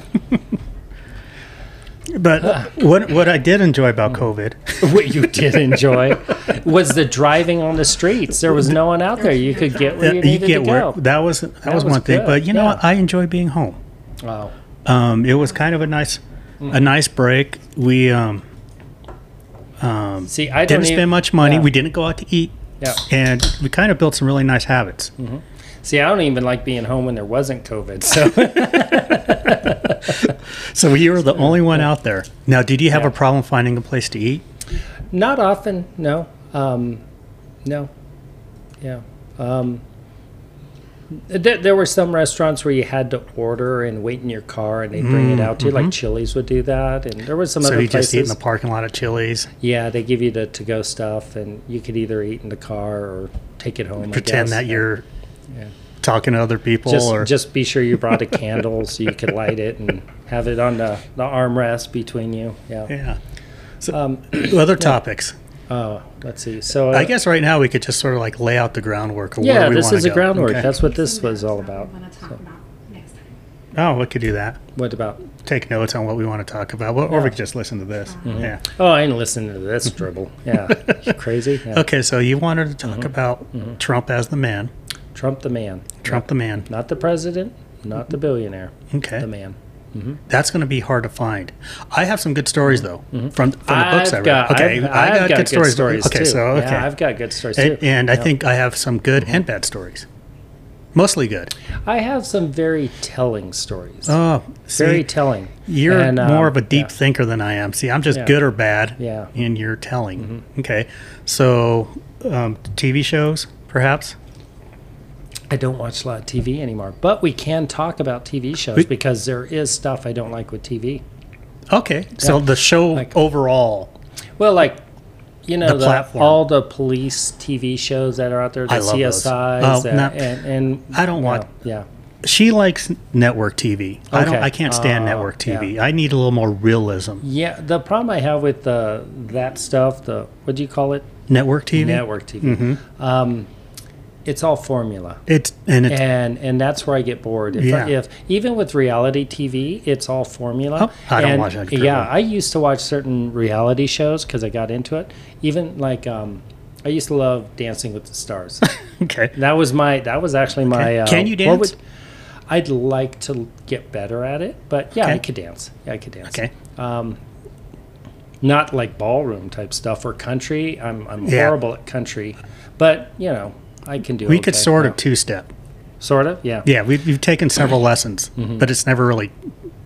A: But what what I did enjoy about COVID,
B: Mm. what you did enjoy was the driving on the streets. There was no one out there. You could get where you needed to go.
A: that was that, was
B: was
A: one thing.
B: good,
A: But you know,
B: yeah.
A: what? I enjoy being home.
B: wow.
A: Um, it was kind of a nice
B: Mm.
A: a nice break. We um,
B: See, I
A: didn't
B: don't even,
A: spend much money.
B: yeah.
A: We didn't go out to eat,
B: Yeah. Mm-hmm.
A: and we kind of built some really nice habits.
B: See, I don't even like being home when there wasn't COVID. So
A: So you were the only one out there. Now, did you have
B: Yeah.
A: a problem finding a place to eat?
B: not often. No. Um, no. Yeah. Um, there, there were some restaurants where you had to order and wait in your car, and they would bring it out to you. Like Chili's would do that, and there was some
A: Mm, mm-hmm. So
B: other
A: you
B: places.
A: just eat in the parking lot at Chili's,
B: Yeah, they give you the to go stuff, and you could either eat in the car or take it home. I
A: pretend
B: guess.
A: that you're
B: Yeah.
A: talking to other people,
B: Just,
A: or
B: just be sure you brought a candle so you could light it and have it on the, the armrest between you. Yeah.
A: Yeah. So other topics.
B: Oh, let's see. So Um, uh,
A: I guess right now we could just sort of like lay out the groundwork. Of
B: Yeah,
A: where we
B: this
A: wanna
B: is a
A: go.
B: groundwork.
A: Okay.
B: That's what this
C: Some of
B: was
C: the
B: all
C: stuff
B: about.
C: We want to talk about next time.
A: oh, we could do that.
B: What about?
A: Take notes on what we want to talk about, or or we could just listen to this. Yeah. Mm-hmm.
B: Oh, I ain't listening to this dribble. Yeah, You crazy. Yeah. Mm-hmm.
A: Okay, so you wanted to talk about Trump as the man,
B: Trump the man,
A: Trump the man. Mm-hmm.
B: not the president, not the billionaire,
A: Okay,
B: the man. Mm-hmm.
A: that's going to be hard to find. I have some good stories though from from the books I read. okay,
B: Mm-hmm. I've, I've got, good stories.
A: Okay,
B: too.
A: so okay,
B: yeah, Mm-hmm. I've got good stories too.
A: and, and I
B: Yeah.
A: think I have some good and bad stories. Mostly good.
B: I have some very telling stories.
A: Oh, see,
B: very telling.
A: you're
B: And, um,
A: more of a deep
B: yeah.
A: thinker than I am. See, I'm just
B: Yeah.
A: good or bad.
B: Yeah. Mm-hmm.
A: And you're telling. Okay. So, um, TV shows, perhaps?
B: I don't watch a lot of TV anymore, but we can talk about TV shows
A: We-
B: because there is stuff I don't like with TV.
A: Okay. So
B: Yeah.
A: the show
B: Like-
A: overall.
B: Well, like you know,
A: The
B: the-
A: platform.
B: all the police TV shows that are out there, the
A: I love those.
B: CSIs,
A: Oh,
B: and,
A: not-
B: and, and
A: I don't
B: yeah,
A: want-
B: Yeah,
A: She likes network TV. I don't.
B: Okay.
A: I can't stand
B: Uh,
A: network TV. I need a little more realism.
B: yeah. The problem I have with the that stuff, the what do you call it?
A: Network TV.
B: Network TV.
A: Mm-hmm.
B: Um, it's all formula.
A: It's and it's
B: and and that's where I get bored. If,
A: Yeah.
B: if even with reality TV, it's all formula.
A: Oh, I don't
B: And,
A: watch that crap.
B: Yeah, I used to watch certain reality shows because I got into it. Even like um, I used to love Dancing with the Stars.
A: okay.
B: that was my that was actually my.
A: Okay.
B: Uh,
A: Can you
B: what
A: dance?
B: I'd like to get better at it, but yeah, I
A: Okay.
B: could dance. Yeah, I could dance.
A: Okay.
B: Not like ballroom type stuff or country. I'm I'm
A: Yeah.
B: horrible at country, but you know I can do.
A: We could
B: okay.
A: sort
B: Yeah.
A: of two step.
B: Sort of. Yeah.
A: Yeah, we've, we've taken several lessons,
B: Mm-hmm.
A: but it's never really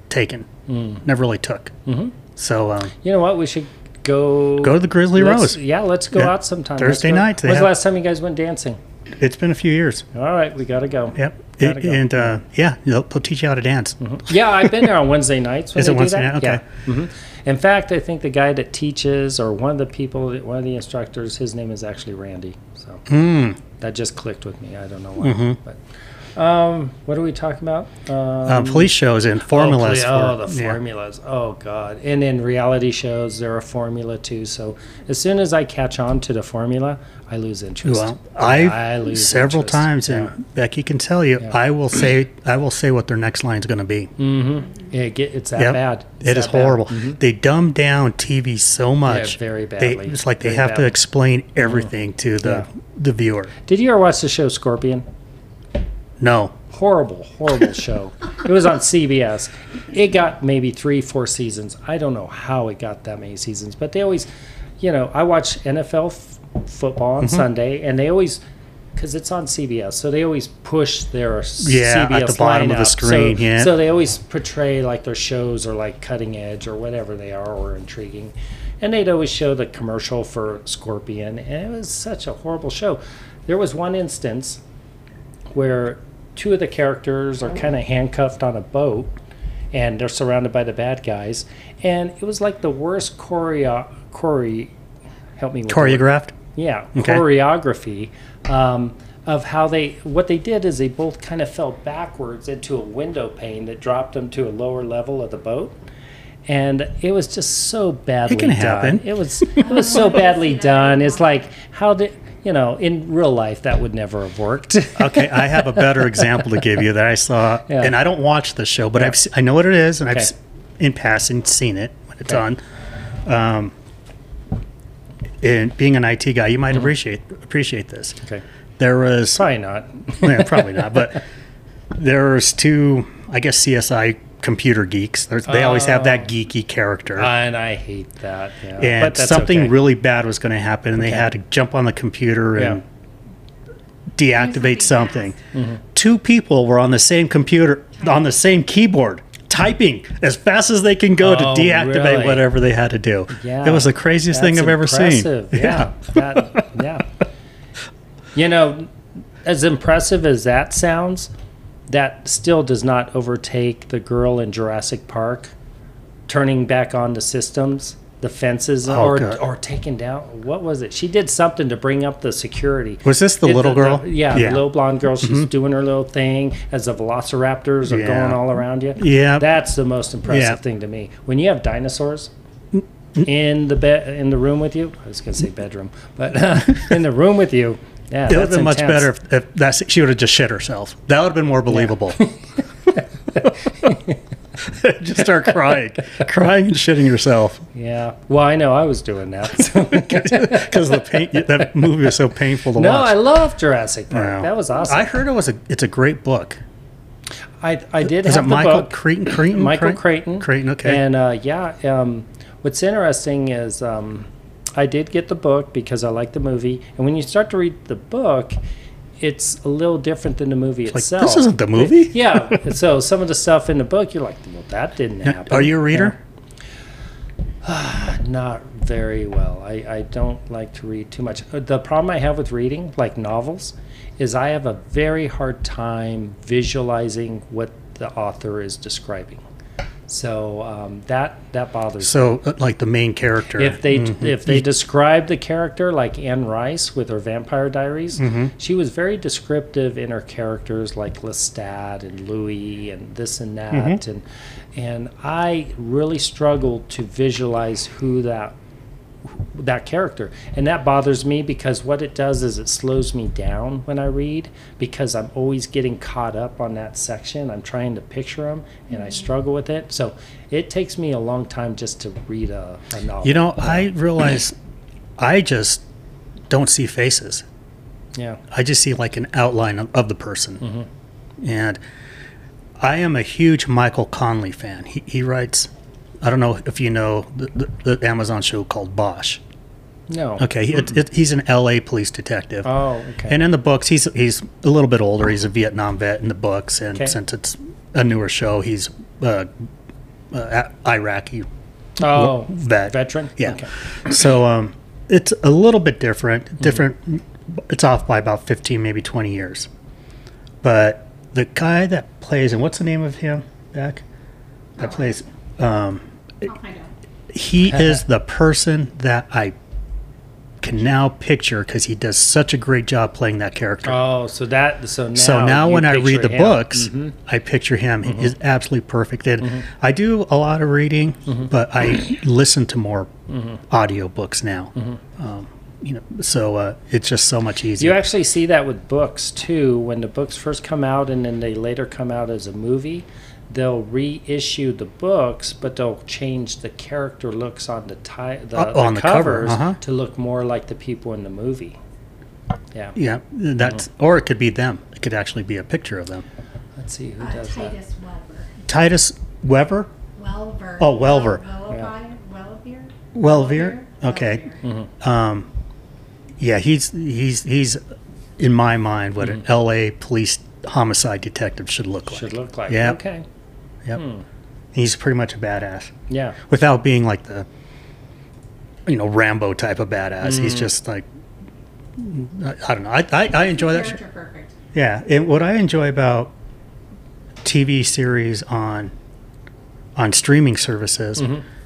A: taken.
B: Mm.
A: Never really took. Mm-hmm. So um,
B: You know what? We should go
A: go to the Grizzly Rose.
B: let's- Yeah, let's go
A: Yeah.
B: out sometime.
A: Thursday
B: Let's go-
A: nights, they
B: When's the
A: have-
B: last time you guys went dancing?
A: It's been a few years.
B: All right, we gotta go.
A: Yep.
B: Gotta
A: It-
B: go. Mm-hmm.
A: and uh, yeah, they'll, they'll teach you how to dance.
B: Yeah, I've been there on Wednesday nights. When
A: Is
B: they
A: it
B: do
A: Wednesday
B: that.
A: night?
B: Yeah. hmm In fact, I think the guy that teaches, or one of the people, that, one of the instructors, his name is actually Randy. So
A: Mm.
B: that just clicked with me. I don't know why.
A: Mm-hmm.
B: But um, what are we talking about? Um,
A: Um, police shows and formulas.
B: Oh, ple- oh,
A: for-
B: the
A: yeah.
B: formulas. Oh God! And in reality shows, they're a formula too. So as soon as I catch on to the formula, I lose interest.
A: Well, I've
B: I lose
A: several
B: interest.
A: times,
B: Yeah.
A: and Becky can tell you, I will say, I will say what their next line's going to be.
B: Mm-hmm. It get, it's that
A: Yep.
B: bad. It's
A: It is
B: that bad. Mm-hmm.
A: horrible. They dumb down TV so much.
B: very
A: They,
B: badly.
A: it's like they
B: Very
A: have to
B: badly.
A: explain everything to the
B: Yeah.
A: the viewer.
B: Did you ever watch the show Scorpion?
A: No,
B: Horrible, horrible show. It was on CBS. It got maybe three, four seasons. I don't know how it got that many seasons, but they always, you know, I watch NFL f- football
A: Mm-hmm.
B: on Sunday, and they always. Because it's on CBS, so they always push their s-
A: Yeah, at
B: CBS
A: the bottom of the
B: lineup.
A: screen,
B: So,
A: yeah.
B: so they always portray like their shows are like cutting edge or whatever they are or intriguing, and they'd always show the commercial for Scorpion, and it was such a horrible show. There was one instance where two of the characters are kind of handcuffed on a boat and they're surrounded by the bad guys and it was like the worst choreo chore help me with the word.
A: choreographed.
B: yeah
A: Okay.
B: choreography um, of how they what they did is they both kind of fell backwards into a window pane that dropped them to a lower level of the boat and it was just so badly
A: can
B: done.
A: happen.
B: It was it was so badly done. It's like how did you know in real life that would never have worked.
A: okay, I have a better example to give you that I saw,
B: Yeah.
A: and I don't watch the show, but I've se- I know what it is, and I've
B: Okay.
A: s- in passing seen it when it's
B: Okay.
A: on. Um, and being an IT guy, you might appreciate appreciate this.
B: Mm-hmm. okay.
A: There was
B: Probably not.
A: Yeah, probably not. But there's two, I guess, CSI computer geeks. There's, they always have that geeky character.
B: and Oh. I hate that. Yeah.
A: and
B: but that's
A: something
B: okay.
A: really bad was going to happen, and they
B: Okay.
A: had to jump on the computer
B: Yeah. Mm-hmm.
A: and deactivate
C: Do
A: something.
C: something
A: Two people were on the same computer, on the same keyboard, typing as fast as they can go to
B: Oh,
A: deactivate
B: really?
A: whatever they had to do.
B: Yeah.
A: It was the craziest thing
B: That's
A: I've ever
B: impressive.
A: seen.
B: Yeah. that- yeah. You know, as impressive as that sounds, that still does not overtake the girl in Jurassic Park turning back on the systems, the fences,
A: Oh,
B: or
A: God.
B: or taking down. What was it? She did something to bring up the security.
A: Was this the
B: It-
A: little girl?
B: yeah,
A: Yeah. Mm-hmm.
B: the little blonde girl. She's doing her little thing as the velociraptors are
A: Yeah.
B: going all around you.
A: Yeah.
B: that's the most impressive
A: Yeah. Mm-hmm.
B: thing to me. When you have dinosaurs in the bed in the room with you, I was gonna say bedroom, but uh, in the room with you, yeah,
A: It would have
B: that's
A: been much
B: intense.
A: better if, if that's, she would have just shit herself. That would have been more believable. just start crying, crying and shitting yourself
B: Yeah. Well, I know I was doing that. so-
A: because the pain, that movie is so painful to
B: no, I
A: watch.
B: love Jurassic Park.
A: Yeah.
B: That was awesome.
A: I heard it was a. It's a great book.
B: I, I did
A: Is it
B: have the
A: Michael
B: book.
A: Creighton? Creighton?
B: Michael
A: Creighton?
B: Creighton.
A: Creighton, okay.
B: And uh, yeah, um, what's interesting is um, I did get the book because I like the movie, and when you start to read the book, it's a little different than the movie
A: like,
B: itself.
A: this isn't the movie?
B: yeah. And so some of the stuff in the book, you're like, well, that didn't
A: Now,
B: happen.
A: Are you a reader?
B: Not very well. I, I don't like to read too much. Uh, The problem I have with reading, like novels, is I have a very hard time visualizing what the author is describing. So um, that that bothers
A: So, uh, like the main character.
B: If they
A: Mhm.
B: if they describe the character like Anne Rice with her Vampire Diaries,
A: Mm-hmm.
B: she was very descriptive in her characters like Lestat and Louis and this and that
A: Mm-hmm.
B: and and I really struggled to visualize who that that character. And that bothers me because what it does is it slows me down when I read because I'm always getting caught up on that section. I'm trying to picture them and I struggle with it. So it takes me a long time just to read a, a novel.
A: You know, I realize I just don't see faces.
B: Yeah.
A: I just see like an outline of, of the person.
B: Mm-hmm.
A: And I am a huge Michael Conley fan. He, he writes, I don't know if you know the, the, the Amazon show called Bosch.
B: No.
A: Okay, he, it, it, he's an LA police detective.
B: Oh, okay.
A: And uh, in the books, he's he's a little bit older. He's a Vietnam vet in the books, and
B: Okay.
A: since it's a newer show, he's uh, uh, a- Iraqi
B: oh,
A: vet.
B: veteran?
A: Yeah.
B: Okay.
A: So um, it's a little bit
B: Mm-hmm.
A: different. Different. It's off by about fifteen, maybe twenty years. But the guy that plays and what's the name of him back that plays um,
C: I'll find out.
A: he is the person that I can now picture because he does such a great job playing that character.
B: Oh, so that so now
A: so now
B: you
A: when I read
B: picture
A: the
B: him. Mm-hmm.
A: books,
B: Mhm.
A: I picture him. He is absolutely perfect. And
B: Mm-hmm.
A: I do a lot of reading, but I listen to more
B: Mm-hmm.
A: audio books now. Um, you know, so uh, it's just so much
B: You
A: easier.
B: actually see that with books too. When the books first come out and then they later come out as a movie, they'll reissue the books, but they'll change the character looks on the tie the,
A: Uh,
B: the
A: on the cover,
B: covers
A: uh-huh.
B: to look more like the people in the movie. Yeah.
A: yeah, that's
B: Uh-huh.
A: or it could be them. It could actually be a picture of them.
B: Let's see who
C: Uh,
B: does that.
C: Titus Welver.
A: Titus Weber,
C: Welver.
A: Oh, Welver.
B: Yeah.
C: Welver. Welver.
A: Welver. Okay,
B: Mm-hmm.
A: Um, yeah, he's he's he's in my mind what an L.A. police homicide detective should look like.
B: Mm-hmm. Should look like.
A: Yeah.
B: Okay. Hmm.
A: Yep, he's pretty much a badass
B: Yeah.
A: without being like the you know Rambo type of badass.
B: Mm-hmm.
A: He's just like I, I don't know. I I, I enjoy that. Show.
C: Character perfect.
A: Yeah, and what I enjoy about TV series on on streaming services.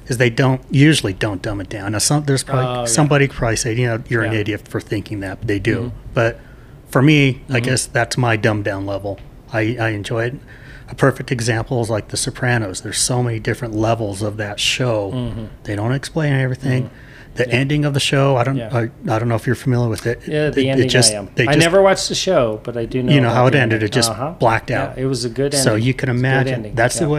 A: Is they don't usually don't dumb it down. Now some there's probably
B: Mm-hmm. Oh, yeah.
A: somebody could probably say you know you're an
B: Yeah. Mm-hmm.
A: idiot for thinking that. But they do, but for me, I guess that's my dumbed down level. I, I enjoy it. A perfect example is like The Sopranos. There's so many different levels of that show.
B: Mm-hmm.
A: They don't explain everything. The ending of the show, I don't,
B: Yeah.
A: I, I don't know if you're familiar with it.
B: Yeah,
A: It-
B: the
A: it
B: ending
A: just-
B: I am.
A: They
B: I
A: just,
B: never watched the show, but I do know.
A: You know
B: about
A: how it
B: the
A: ended.
B: ending.
A: It just blacked
B: Uh-huh. Yeah,
A: out.
B: it was a good ending.
A: So you can
B: It's a good
A: imagine
B: ending.
A: that's
B: Yeah. Mm-hmm.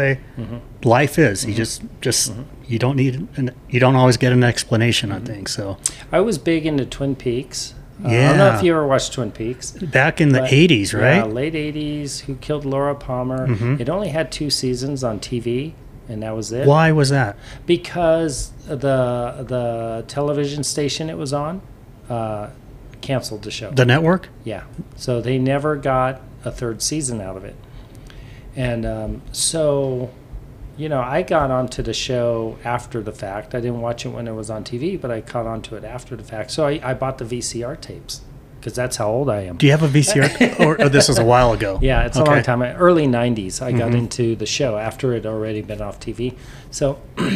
A: the way life is. You just, just you don't need, an, you don't always get an explanation
B: Mm-hmm.
A: on things. So
B: I was big into Twin Peaks. Uh, I don't know
A: Yeah.
B: if you ever watched Twin Peaks.
A: back in the
B: But-
A: 80s,
B: Yeah,
A: right? Mm-hmm.
B: late 80s. Who Killed Laura Palmer? It only had two seasons on TV, and that was it.
A: Why was that?
B: Because the the television station it was on uh, canceled the show.
A: The network?
B: Yeah. So they never got a third season out of it. And um, so, you know, I got onto the show after the fact. I didn't watch it when it was on TV, but I caught onto it after the fact. So I, I bought the VCR tapes because that's how old I am.
A: Do you have a VCR? or, or this was a while ago.
B: Yeah, it's a
A: Okay. Mm-hmm.
B: long time. Early '90s, I got into the show after it had already been off TV. So,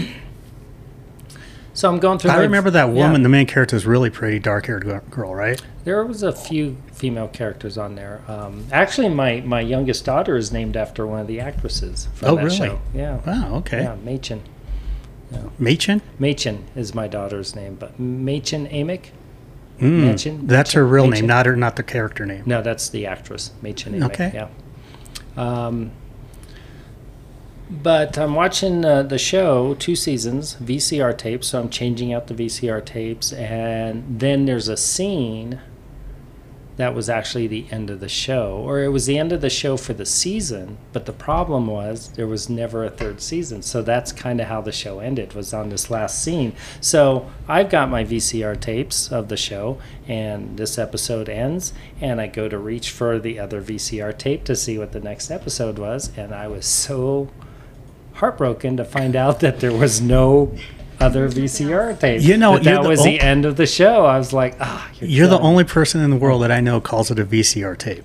B: so I'm going through.
A: I
B: my-
A: remember that
B: yeah.
A: woman, the main character, is really pretty, dark-haired gir- girl, right?
B: There was a few female characters on there. Um, actually, my, my youngest daughter is named after one of the actresses from
A: Oh,
B: that
A: really?
B: show. Yeah.
A: Wow. Okay.
B: Yeah, Machen.
A: Machen.
B: Machen is my daughter's name, but Machen Amick?
A: Mm,
B: Machen?
A: That's her
B: Machen?
A: real
B: Machen?
A: name, not her, not the character name.
B: No, that's the actress, Machen Amick.
A: Okay.
B: Yeah. Um, but I'm watching uh, the show, two seasons, VCR tapes. So I'm changing out the VCR tapes, and then there's a scene that was actually the end of the show, or it was the end of the show for the season. But the problem was there was never a third season, so that's kind of how the show ended was on this last scene. So I've got my VCR tapes of the show, and this episode ends, and I go to reach for the other VCR tape to see what the next episode was, and I was so heartbroken to find out that there was no other VCR tape.
A: You know,
B: that,
A: you're
B: that
A: the
B: was
A: ol-
B: the end of the show. I was like, ah, you're,
A: You're the
B: done."
A: only person in the world that I know calls it a VCR tape.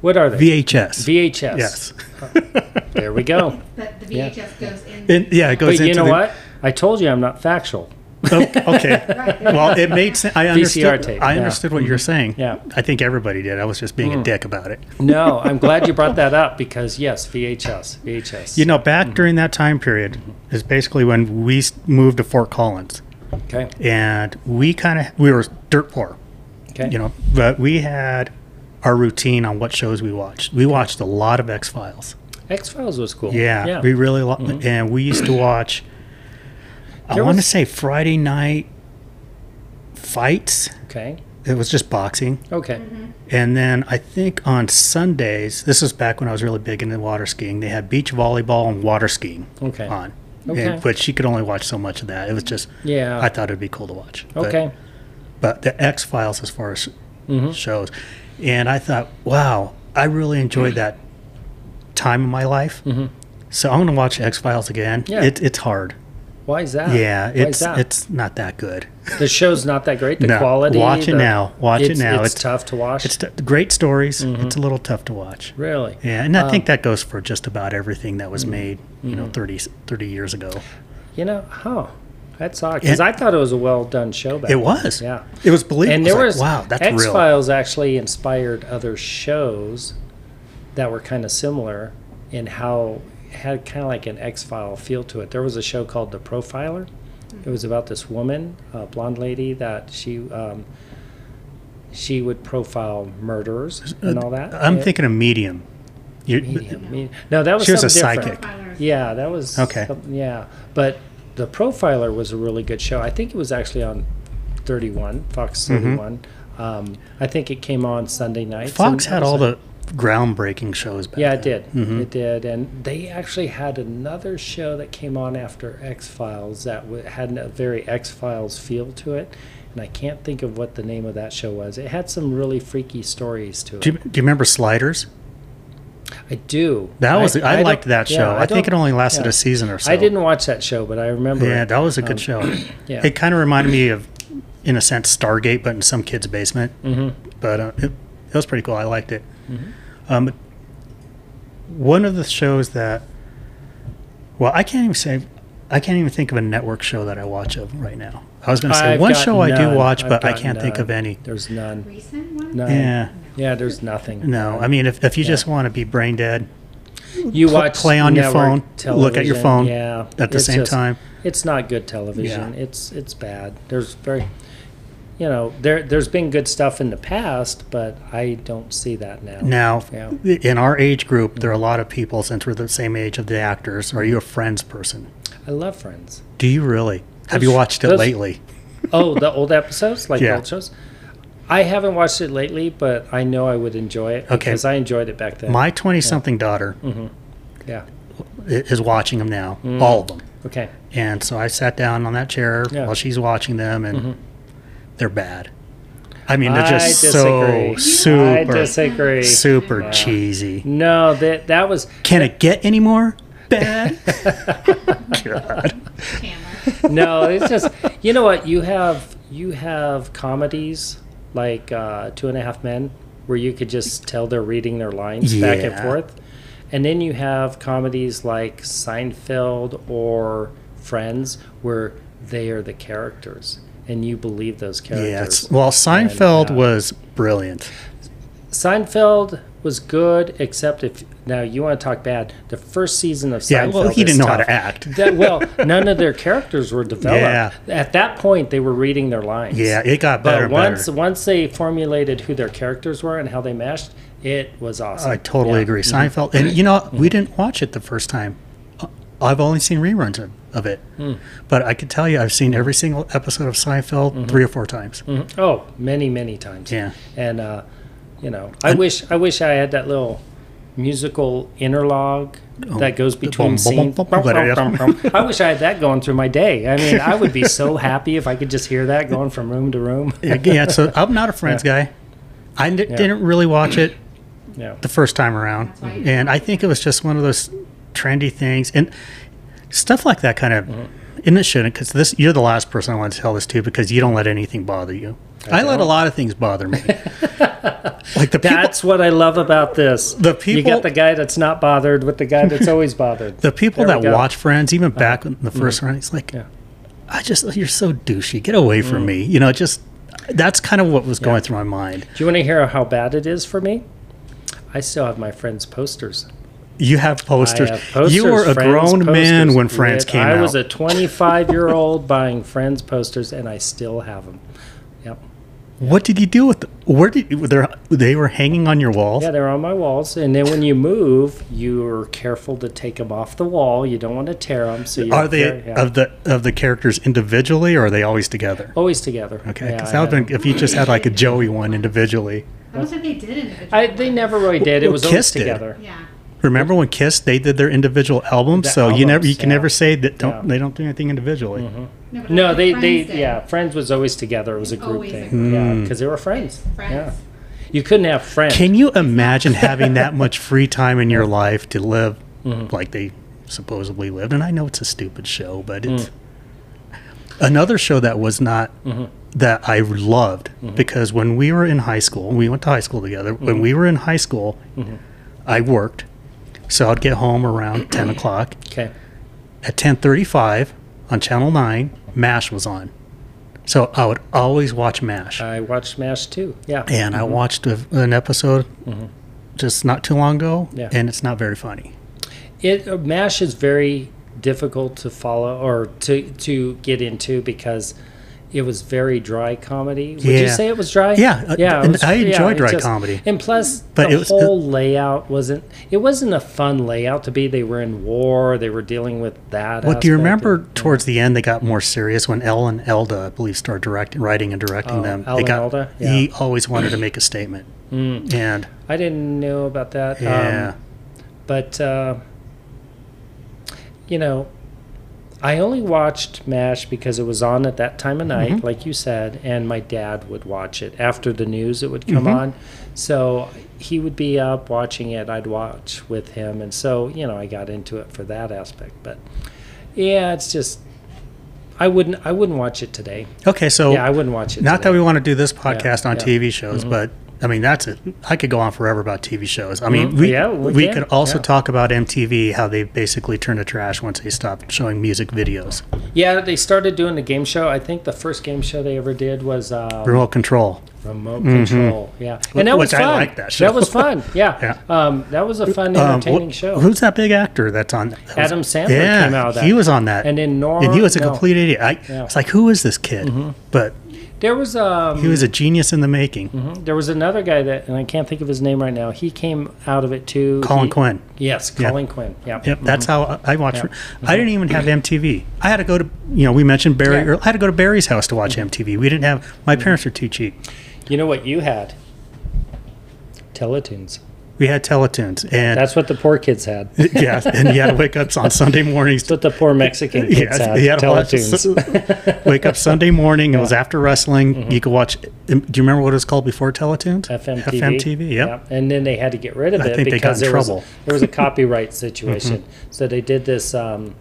B: What are they?
A: VHS.
B: VHS.
A: Yes.
B: There we go.
C: But the
B: Yeah.
C: VHS goes in.
A: And, yeah, it goes
B: but you
A: into
B: know
A: the,
B: what? I told you I'm not factual.
A: Oh, okay.
C: Right.
A: Well, it made sense. I understood.
B: VCR tape,
A: I
B: yeah. Mm-hmm.
A: understood what you were saying.
B: Yeah. Mm.
A: I think everybody did. I was just being a dick about it.
B: No, I'm glad you brought that up Mm-hmm. because yes, VHS, VHS.
A: You know, back during that time period
B: Mm-hmm.
A: is basically when we s- moved to Fort Collins,
B: okay,
A: and we kind of we were dirt poor,
B: okay,
A: you know, but we had our routine on what shows we watched. We watched a lot of X Files.
B: X Files was cool.
A: Yeah,
B: yeah. Mm-hmm.
A: we really lo- and we used to watch. I
B: There
A: want to
B: was-
A: say Friday night fights.
B: okay,
A: It was just boxing.
B: okay,
A: And then I think on Sundays, this is back when I was really big into water skiing, they had beach volleyball and water skiing
B: okay,
A: on.
B: Okay.
A: And, but she could only watch so much of that. It was just,
B: yeah,
A: I thought it'd be cool to watch. But-
B: okay. Mm-hmm.
A: But, the X Files, as far as shows. And I thought, wow, I really enjoyed that time in my life.
B: mm-hmm.
A: So I'm going to watch X Files again.
B: Yeah.
A: It, it's hard.
B: Why is that?
A: yeah,
B: Why
A: it's
B: is that?
A: it's not that good.
B: the show's not that great. The
A: No,
B: quality.
A: watch it
B: the-
A: now. Watch it
B: it's-
A: now.
B: It's,
A: It's-
B: tough to watch.
A: It's t- great stories. It's a little tough to watch.
B: really.
A: Yeah, and I
B: Um, mm-hmm.
A: think that goes for just about everything that was made, you know, 30, 30 years ago.
B: You know, huh? That's odd because
A: It-
B: I thought it was a well done show back.
A: It
B: then.
A: was.
B: Yeah.
A: It was believable.
B: and there
A: It
B: was,
A: was like, wow, that's
B: X
A: real.
B: Files actually inspired other shows that were kind of similar in how had kind of like an X File feel to it. There was a show called The Profiler. It was about this woman, a blonde lady, that she um, she would profile murderers and all that.
A: I'm
B: It-
A: thinking of Medium. You-
B: medium. Me- No, that was
A: She was a
B: something
A: psychic.
B: different.
C: Profiler.
B: Yeah, that was
A: Okay.
B: some- yeah, but the Profiler was a really good show. I think it was actually on Thirty One Fox
A: Mm-hmm.
B: Thirty One. Um, I think it came on Sunday nights.
A: Fox
B: and
A: had
B: it was
A: all
B: a-
A: the groundbreaking shows back
B: yeah,
A: then. Mm-hmm.
B: it did. It did, and they actually had another show that came on after X Files that w- had a very X Files feel to it, and I can't think of what the name of that show was. It had some really freaky stories to it.
A: Do you, do you remember Sliders?
B: I do.
A: That was I,
B: don't-
A: liked that
B: yeah,
A: show. I, think it
B: don't-
A: only lasted
B: yeah.
A: a season or so.
B: I didn't watch that show, but I remember.
A: Yeah,
B: it.
A: that was a good
B: Um,
A: show.
B: yeah.
A: It kind of reminded me of, in a sense, Stargate, but in some kid's basement. Mm-hmm. But uh, it, it was pretty cool. I liked it.
B: Mm-hmm.
A: Um, one of the shows that, well, I can't even say, I can't even think of a network show that I watch of right now. I was going to say
B: I've
A: one
B: got
A: show I do
B: none.
A: watch,
B: I've
A: but I
B: got
A: can't think of
B: none.
A: any.
B: There's none.
C: Recent one?
B: None.
A: Yeah.
B: Yeah, there's nothing.
A: No, I mean, if, if you
B: Yeah.
A: just want to be brain dead,
B: you
A: pl-
B: watch
A: play on your
B: network
A: phone, look at your
B: television,
A: phone
B: Yeah,
A: at the
B: it's
A: same
B: just-
A: time.
B: It's not good television. It's it's bad. There's very, you know, there there's been good stuff in the past, but I don't see that now.
A: Now,
B: Oh, Yeah.
A: in our age group, there are a lot of people, since we're the same age of the actors, are you a Friends person?
B: I love Friends.
A: Do you really? Have you
B: Those-
A: watched it
B: those-
A: lately?
B: Oh, the old episodes, like
A: Yeah.
B: old shows. I haven't watched it lately, but I know I would enjoy it
A: Okay.
B: because I enjoyed it back then. Mm-hmm.
A: My 20 something daughter
B: yeah.
A: i- is watching them now,
B: Mm.
A: all of them.
B: Okay.
A: And so I sat down on that chair
B: Yeah. Mm-hmm.
A: while she's watching them, and they're bad. I mean, they're
B: I
A: just
B: disagree.
A: so
B: I I
A: super,
B: disagree.
A: super cheesy.
B: No, that that was
A: Can it get any more bad? God.
C: Chandler.
B: no. It's just you know what you have you have comedies like uh, Two and a Half Men where you could just tell they're reading their lines back and
A: Yeah.
B: forth, and then you have comedies like Seinfeld or Friends where they are the characters and you believe those
A: Yeah,
B: characters.
A: it's, well, Seinfeld
B: uh,
A: was brilliant.
B: Seinfeld was good, except if now you want to talk bad. The first season of Seinfeld,
A: Yeah, well, he
B: is
A: didn't know how
B: tough.
A: to act.
B: That- well, none of their characters were developed.
A: Yeah.
B: At that point, they were reading their lines.
A: Yeah, it got
B: but
A: better. and
B: once
A: better.
B: once they formulated who their characters were and how they meshed, it was awesome.
A: I totally
B: Yeah. Mm-hmm.
A: agree. Seinfeld, and you know, we didn't watch it the first time. Uh, I've only seen reruns of, of it,
B: Hmm. Mm.
A: but I could tell you, I've seen every single
B: Mm-hmm. Mm.
A: episode of Seinfeld three or four times.
B: Oh, many many times.
A: Mm-hmm. Yeah.
B: and uh, you know, I wish I wish I had that little musical interlog that goes between
A: Oh, bum,
B: scenes.
A: bum, bum, bum, bum, bum.
B: I wish I had that going through my day. I mean, I would be so happy if I could just hear that going from room to room.
A: Yeah, yeah, so uh, I'm not a Friends guy. I n- didn't really watch it
B: Yeah.
A: the first time around,
C: That's why you-
A: and I think it was just one of those trendy things and stuff like that. Kind of,
B: Mm-hmm.
A: and it shouldn't because this you're the last person I want to tell this to because you don't let anything bother you. I, let a
B: don't.
A: lot of things bother me, like the people.
B: That's what I love about this.
A: The
B: you
A: people-
B: got the guy that's not bothered with the guy that's always bothered.
A: The people
B: There
A: that
B: we go. Uh-huh. Mm-hmm.
A: watch Friends, even back in the 1st round, it's like,
B: Yeah. Mm-hmm.
A: I just, you're so douchey. Get away from me. You know, just that's kind of what was going through my mind.
B: Do you want to hear how bad it is for me? I still have my friend's posters.
A: You have posters.
B: I have posters,
A: you were a
B: Friends
A: grown man
B: posters.
A: when Friends
B: Lit-
A: came
B: I
A: out.
B: was a 25 year old buying Friends posters, and I still have them. Yep.
A: what did you do with them? Where did were there- they were hanging on your walls?
B: Yeah, they're on my walls. And then when you move, you're careful to take them off the wall. You don't want to tear them. So you
A: are
B: don't
A: they
B: tear- yeah.
A: of the of the characters individually, or are they always together?
B: always together?
A: Okay,
B: Oh, Yeah,
A: because
B: I
A: that would
B: had
A: have been if you just had like a Joey one individually.
C: I don't think they did individual.
B: I, they never really did. It
A: Well,
B: was always
A: Kiss did.
B: together.
C: Yeah.
A: Remember when Kiss they did their individual albums,
B: The
A: so you never you
B: albums,
A: can
B: yeah.
A: never say that don't
B: Yeah. Mm-hmm.
A: they don't do anything individually.
C: No, but
B: No,
C: that's
B: they,
C: what
B: they
C: Friends did.
B: yeah, Friends was always together. It was a group
C: Always a
B: thing.
C: group.
B: Yeah, because they were friends.
C: Friends.
B: Yeah. You couldn't have friends.
A: Hmm. Can you imagine having that much free time in
B: Mm-hmm.
A: your life to live like they supposedly lived? And I know it's a stupid show, but it's
B: Mm.
A: another show that was not
B: Mm-hmm.
A: that I loved because when we were in high school, we went to high school together. When
B: Mm-hmm.
A: we were in high school, I worked, so I'd get home around ten o'clock.
B: okay.
A: At ten thirty-five on Channel Nine, Mash was on, so I would always watch Mash
B: I watched MASH too. Yeah.
A: and I watched a, an episode just not too long ago,
B: Mm-hmm. Yeah.
A: and it's not very funny.
B: It uh, Mash is very difficult to follow or to to get into because it was very dry comedy. Would you
A: Yeah.
B: say it was dry?
A: Yeah, uh,
B: yeah. it
A: and
B: was-
A: I enjoy
B: it
A: dry comedy.
B: And plus,
A: But
B: the
A: it was- uh,
B: whole layout wasn't. It wasn't a fun layout to be. They were in war. They were dealing with that.
A: What do you
B: aspect
A: remember
B: of-
A: towards the end? They got more serious when El and Elda, I believe, started directing, writing, and directing
B: Oh,
A: them.
B: El
A: they
B: and
A: got,
B: Elda?
A: He always wanted to make a statement, and
B: Mm, I didn't know about that. Um,
A: yeah,
B: but uh, you know i only watched mash because it was on at that time of night
A: Mm-hmm.
B: like you said and my dad would watch it after the news it would come
A: Mm-hmm.
B: on so he would be up watching it i'd watch with him and so you know i got into it for that aspect but yeah it's just i wouldn't i wouldn't watch it today
A: okay, so
B: yeah i wouldn't watch it
A: Oh. not that
B: today.
A: we want to do this podcast on
B: yeah. Mm-hmm.
A: TV shows, but I mean that's it. I could go on forever about TV shows. I mean,
B: Mhm.
A: we
B: Yeah, we can.
A: could also
B: Yeah.
A: talk about MTV, how they basically turned to trash once they stopped showing music videos.
B: yeah they started doing the game show i think the first game show they ever did was uh,
A: Remote control.
B: Remote control, yeah, and that
A: Mm-hmm. Which
B: was
A: I
B: fun.
A: like that show.
B: was fun. Yeah, Um, that was a fun,
A: Um,
B: entertaining
A: wh-
B: show.
A: Who's that big actor that's on? That was-
B: Adam Sandler
A: yeah,
B: came out of that.
A: He was on that,
B: and then Norm,
A: and he was a
B: no.
A: complete idiot. I,
B: Yeah. Mm-hmm.
A: It's like, who is this kid? But
B: There was um,
A: he was a genius in the making.
B: there was another guy that, and I can't think of his name right now. He came out of it too.
A: Colin
B: He-
A: Quinn.
B: Yes,
A: Yeah.
B: Colin Quinn. Yeah.
A: Yep, that's how I- I watched.
B: Mm-hmm. Yeah. Mm-hmm.
A: I didn't even have MTV. I had to go to, you know, we mentioned Barry.
B: Yeah. Mm-hmm.
A: earl- I had to go to Barry's house to watch MTV. We didn't have. My parents were too cheap.
B: You know what you had? Teletoons.
A: We had Teletoons, and
B: That's what the poor kids had. That's
A: yeah, and you had to wake up on Sunday mornings to
B: what the poor Mexican kids
A: Yeah,
B: had.
A: you had to watch
B: Teletoons. Mm-hmm.
A: this- wake up Sunday morning. It was after wrestling. You could watch. Do you remember what it was called before Teletoons?
B: FMTV.
A: FMTV. Yep.
B: Yeah. And then they had to get rid of
A: I
B: it
A: think they got
B: because
A: in
B: there, was
A: trouble. Mm-hmm.
B: a, there was a copyright situation. So they did this. Um,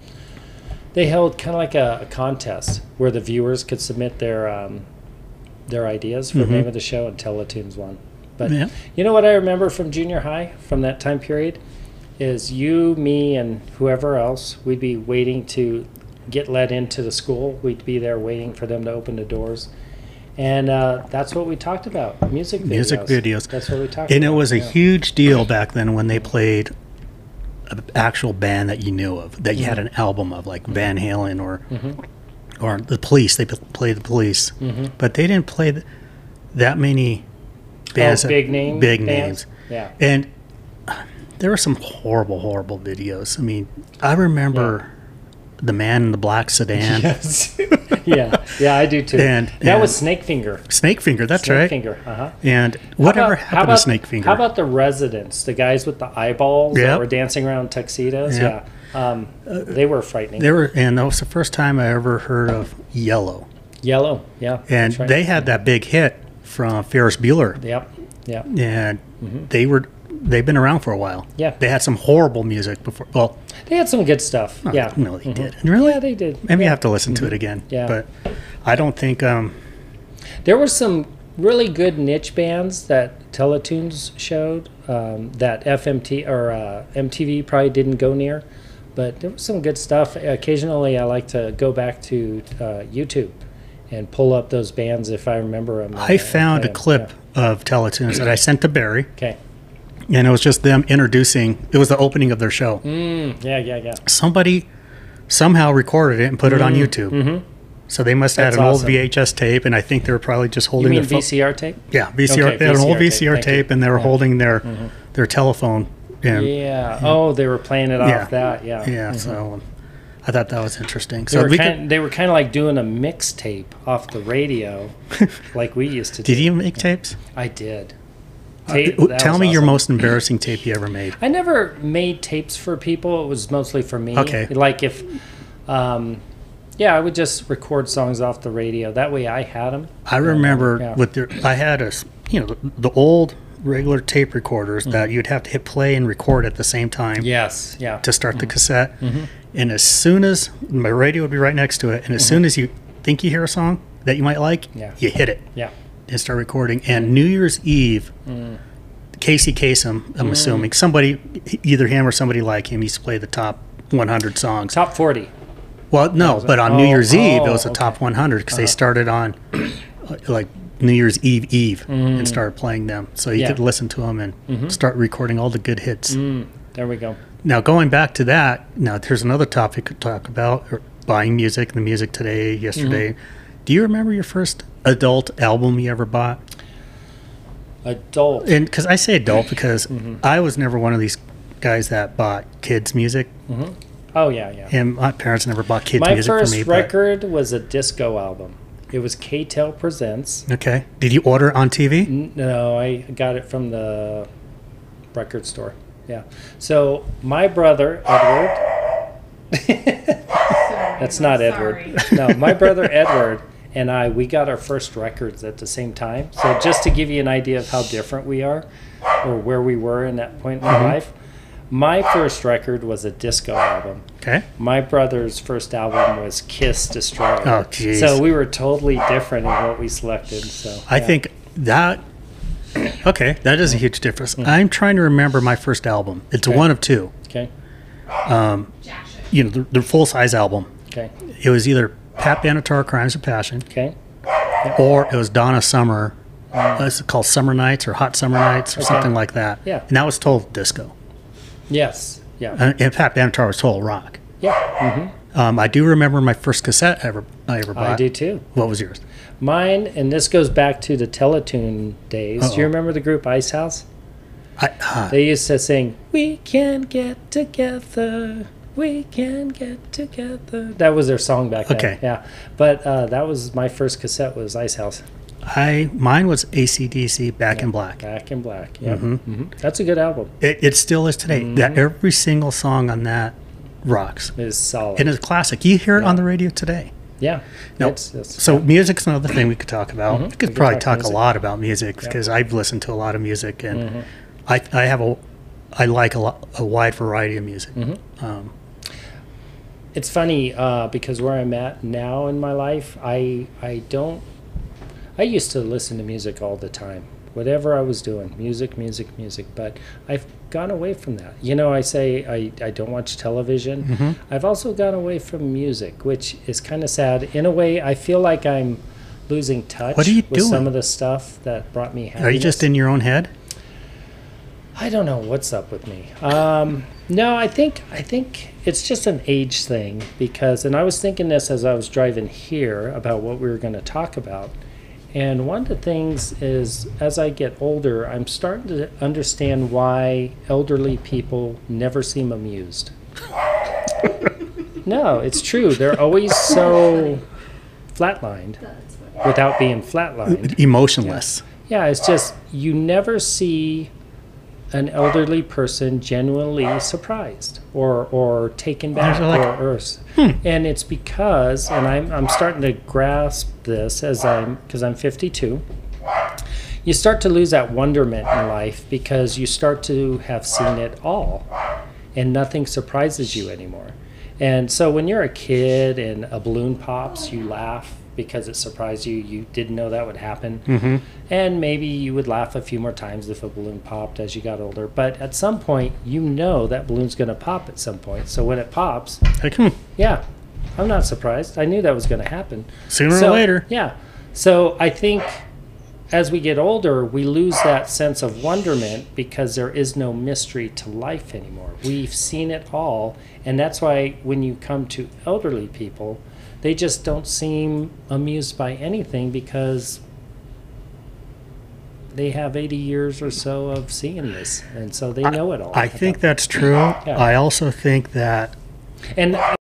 B: they held kind of like a, a contest where the viewers could submit their um, their ideas for the name of the show, and Teletoons won. But
A: Mm-hmm. Yeah.
B: you know what I remember from junior high from that time period is you, me, and whoever else we'd be waiting to get let into the school. We'd be there waiting for them to open the doors. And uh, that's what we talked about. Music videos.
A: Music videos.
B: That's what we talked
A: And it
B: about.
A: was a
B: yeah.
A: huge deal back then when they played an actual band that you knew of, that you had
B: Mm-hmm.
A: an album of, like Van Halen or or the Police. They p- played the Police,
B: mm-hmm.
A: but they didn't play th- that many bands.
B: Oh,
A: that-
B: big name.
A: Big
B: bands?
A: names.
B: Yeah.
A: And uh, there were some horrible, horrible videos. I mean, I remember the man in the black sedan.
B: Yes. yeah. Yeah, I do too.
A: And-
B: that
A: and-
B: was Snake Finger.
A: Snake finger, that's
B: snake
A: right.
B: Finger. Uh huh.
A: And whatever happened to snake finger?
B: How about the residents, the guys with the eyeballs that
A: Yep.
B: were dancing around tuxedos?
A: Yep. Uh,
B: Yeah. Um, they were frightening.
A: they were, and that was the first time I ever heard of yellow.
B: Yellow. Yeah.
A: And
B: that's right.
A: they had that big hit from Ferris Bueller,
B: Yep. Yep.
A: and they were they've been around for a while.
B: Mm-hmm. Yeah.
A: they had some horrible music before. Well,
B: They had some good stuff.
A: no,
B: yeah. Mm-hmm.
A: no, they did. Really,
B: Yeah, they did.
A: Maybe I have to listen to it again.
B: Yeah.
A: But I don't think um,
B: There were some really good niche bands that Teletoons showed um, that FMT or uh, MTV probably didn't go near, but there was some good stuff. Occasionally, I like to go back to uh, YouTube and pull up those bands if I remember them.
A: I found a clip of Teletoons that I sent to Barry,
B: Okay.
A: and it was just them introducing. It was the opening of their show.
B: Mm. Yeah, yeah, yeah.
A: Somebody somehow recorded it and put it on YouTube. So they must have
B: Mm-hmm. That's
A: had an
B: awesome.
A: old VHS tape, and I think they were probably just
B: You
A: holding
B: mean
A: their phone.
B: VCR tape?
A: Yeah, VCR.
B: Okay,
A: they had an old
B: VCR
A: VCR tape,
B: tape, thank you.
A: and they were
B: Yeah. Mm-hmm.
A: holding their their telephone. And, yeah,
B: Yeah. Oh, they were playing it off
A: Yeah.
B: that. Yeah.
A: so um, I thought that was interesting.
B: They
A: So
B: were
A: we
B: kind,
A: could,
B: they were kind of like doing a mixtape off the radio, like we used to do.
A: did you make tapes?
B: I did.
A: Uh,
B: Tape-
A: w-
B: that
A: tell
B: was
A: me your
B: awesome.
A: most embarrassing tape you ever made.
B: I never made tapes for people. It was mostly for me.
A: Okay.
B: Like if, um, yeah, I would just record songs off the radio. That way I had them.
A: I remember
B: yeah.
A: with your, I had a, s- you know, the, the old regular tape recorders that you'd have to hit play and record at the same time
B: Yes. Mm-hmm. Yeah. Mm-hmm.
A: to start the cassette. And as soon as my radio would be right next to it, and as soon as you think you hear a song that you might like,
B: Mm-hmm. Yeah.
A: you hit it.
B: Yeah.
A: and start recording. And New Year's Eve,
B: Mm.
A: Casey Kasem, I'm assuming somebody, either him or somebody like him, used to play the top 100 songs.
B: Top 40.
A: Well, no, but on New
B: Oh,
A: Year's Eve, it
B: oh,
A: was the
B: okay. Uh-huh.
A: top 100 because they started on uh, like New Year's Eve Eve and started playing them. So you
B: Mm. Yeah. Mm-hmm. Mm.
A: could listen to them and start recording all the good hits.
B: There we go.
A: Now, going back to that, now there's another topic to talk about or buying music, the music today, yesterday.
B: Mm-hmm.
A: Do you remember your first adult album you ever bought?
B: Adult.
A: and because I say adult because
B: Mm-hmm.
A: I was never one of these guys that bought kids music,
B: Oh, yeah, yeah.
A: and my parents never bought kids
B: My
A: music
B: first
A: for me. but-
B: record was a disco album. It was K-Tel Presents.
A: okay, did you order it on TV?
B: N- No, I got it from the record store. Yeah. So my brother Edward. That's not Edward. No, my brother Edward and I we got our first records at the same time. So just to give you an idea of how different we are, or where we were in that point in
A: Mm-hmm.
B: our life, my first record was a disco album.
A: Okay,
B: My brother's first album was Kiss Destroyer.
A: Oh, jeez.
B: So we were totally different in what we selected. So
A: I
B: yeah. Mm-hmm.
A: think that. Okay, that is a huge difference. I'm trying to remember my first album. It's
B: Okay.
A: one of two. Um,
B: okay.
A: You know, the, the full size album.
B: Okay.
A: It was either Pat Benatar, Crimes of Passion,
B: Okay.
A: or it was Donna Summer. Uh, it's called Summer Nights or Hot Summer Nights or something like that.
B: Mm. Yeah.
A: And that was total disco.
B: Yes. Yeah.
A: And and Pat Benatar was total rock.
B: Yeah.
A: Um, I do remember my first cassette I ever I ever bought.
B: I do too.
A: What was yours?
B: Mine, and this goes back to the Teletoon days. Do you
A: Uh-oh.
B: remember the group Ice House?
A: I, uh,
B: They used to sing, We can get together. We can get together. That was their song back then.
A: Okay.
B: Yeah. But uh, that was my first cassette was Ice House.
A: I mine was ACDC Back in Black.
B: Back in Black. Yeah.
A: Mm-hmm.
B: hmm That's a good album.
A: It, it still is today.
B: Mm-hmm.
A: That every single song on that rocks.
B: It is solid.
A: It is a classic. You hear it on the radio today.
B: yeah.
A: No.
B: It's, it's,
A: So music's another thing we could talk about. We could
B: Mm-hmm. We could
A: probably
B: talk
A: talk,
B: music.
A: a lot about music because I've listened to a lot of music and
B: Mm-hmm.
A: I I have a I like a, lot, a wide variety of music.
B: Mm-hmm.
A: Um,
B: it's funny uh, because where I'm at now in my life, I I don't. I used to listen to music all the time, whatever I was doing, music, music, music. But I've gone away from that. You know, I say I, I don't watch television.
A: Mm-hmm.
B: I've also gone away from music, which is kind of sad. In a way, I feel like I'm losing touch
A: What are you
B: with some
A: doing?
B: of the stuff that brought me happiness.
A: are you just in your own head?
B: I don't know what's up with me. Um, no, I think I think it's just an age thing because, and I was thinking this as I was driving here about what we were going to talk about. And one of the things is, as I get older, I'm starting to understand why elderly people never seem amused. No, it's true. They're always so flatlined
C: That's what-
B: without being flatlined.
A: Emotionless.
B: Yeah, it's just you never see an elderly person genuinely surprised or or taken back
A: They're like,
B: or, or s- and it's because and I'm I'm starting to grasp this as I'm because I'm 52. You start to lose that wonderment in life because you start to have seen it all and nothing surprises you anymore. And so when you're a kid and a balloon pops, you laugh because it surprised you. You didn't know that would happen. And maybe you would laugh a few more times if a balloon popped as you got older. But at some point, you know that balloon's going to pop at some point. So when it pops,
A: Like, hmm,
B: yeah, I'm not surprised. I knew that was going to happen.
A: Sooner or
B: So-
A: later.
B: Yeah. So I think as we get older, we lose that sense of wonderment because there is no mystery to life anymore. We've seen it all. And that's why when you come to elderly people, they just don't seem amused by anything because they have 80 years or so of seeing this. And so they know it all.
A: I think that's true. I also think that
B: And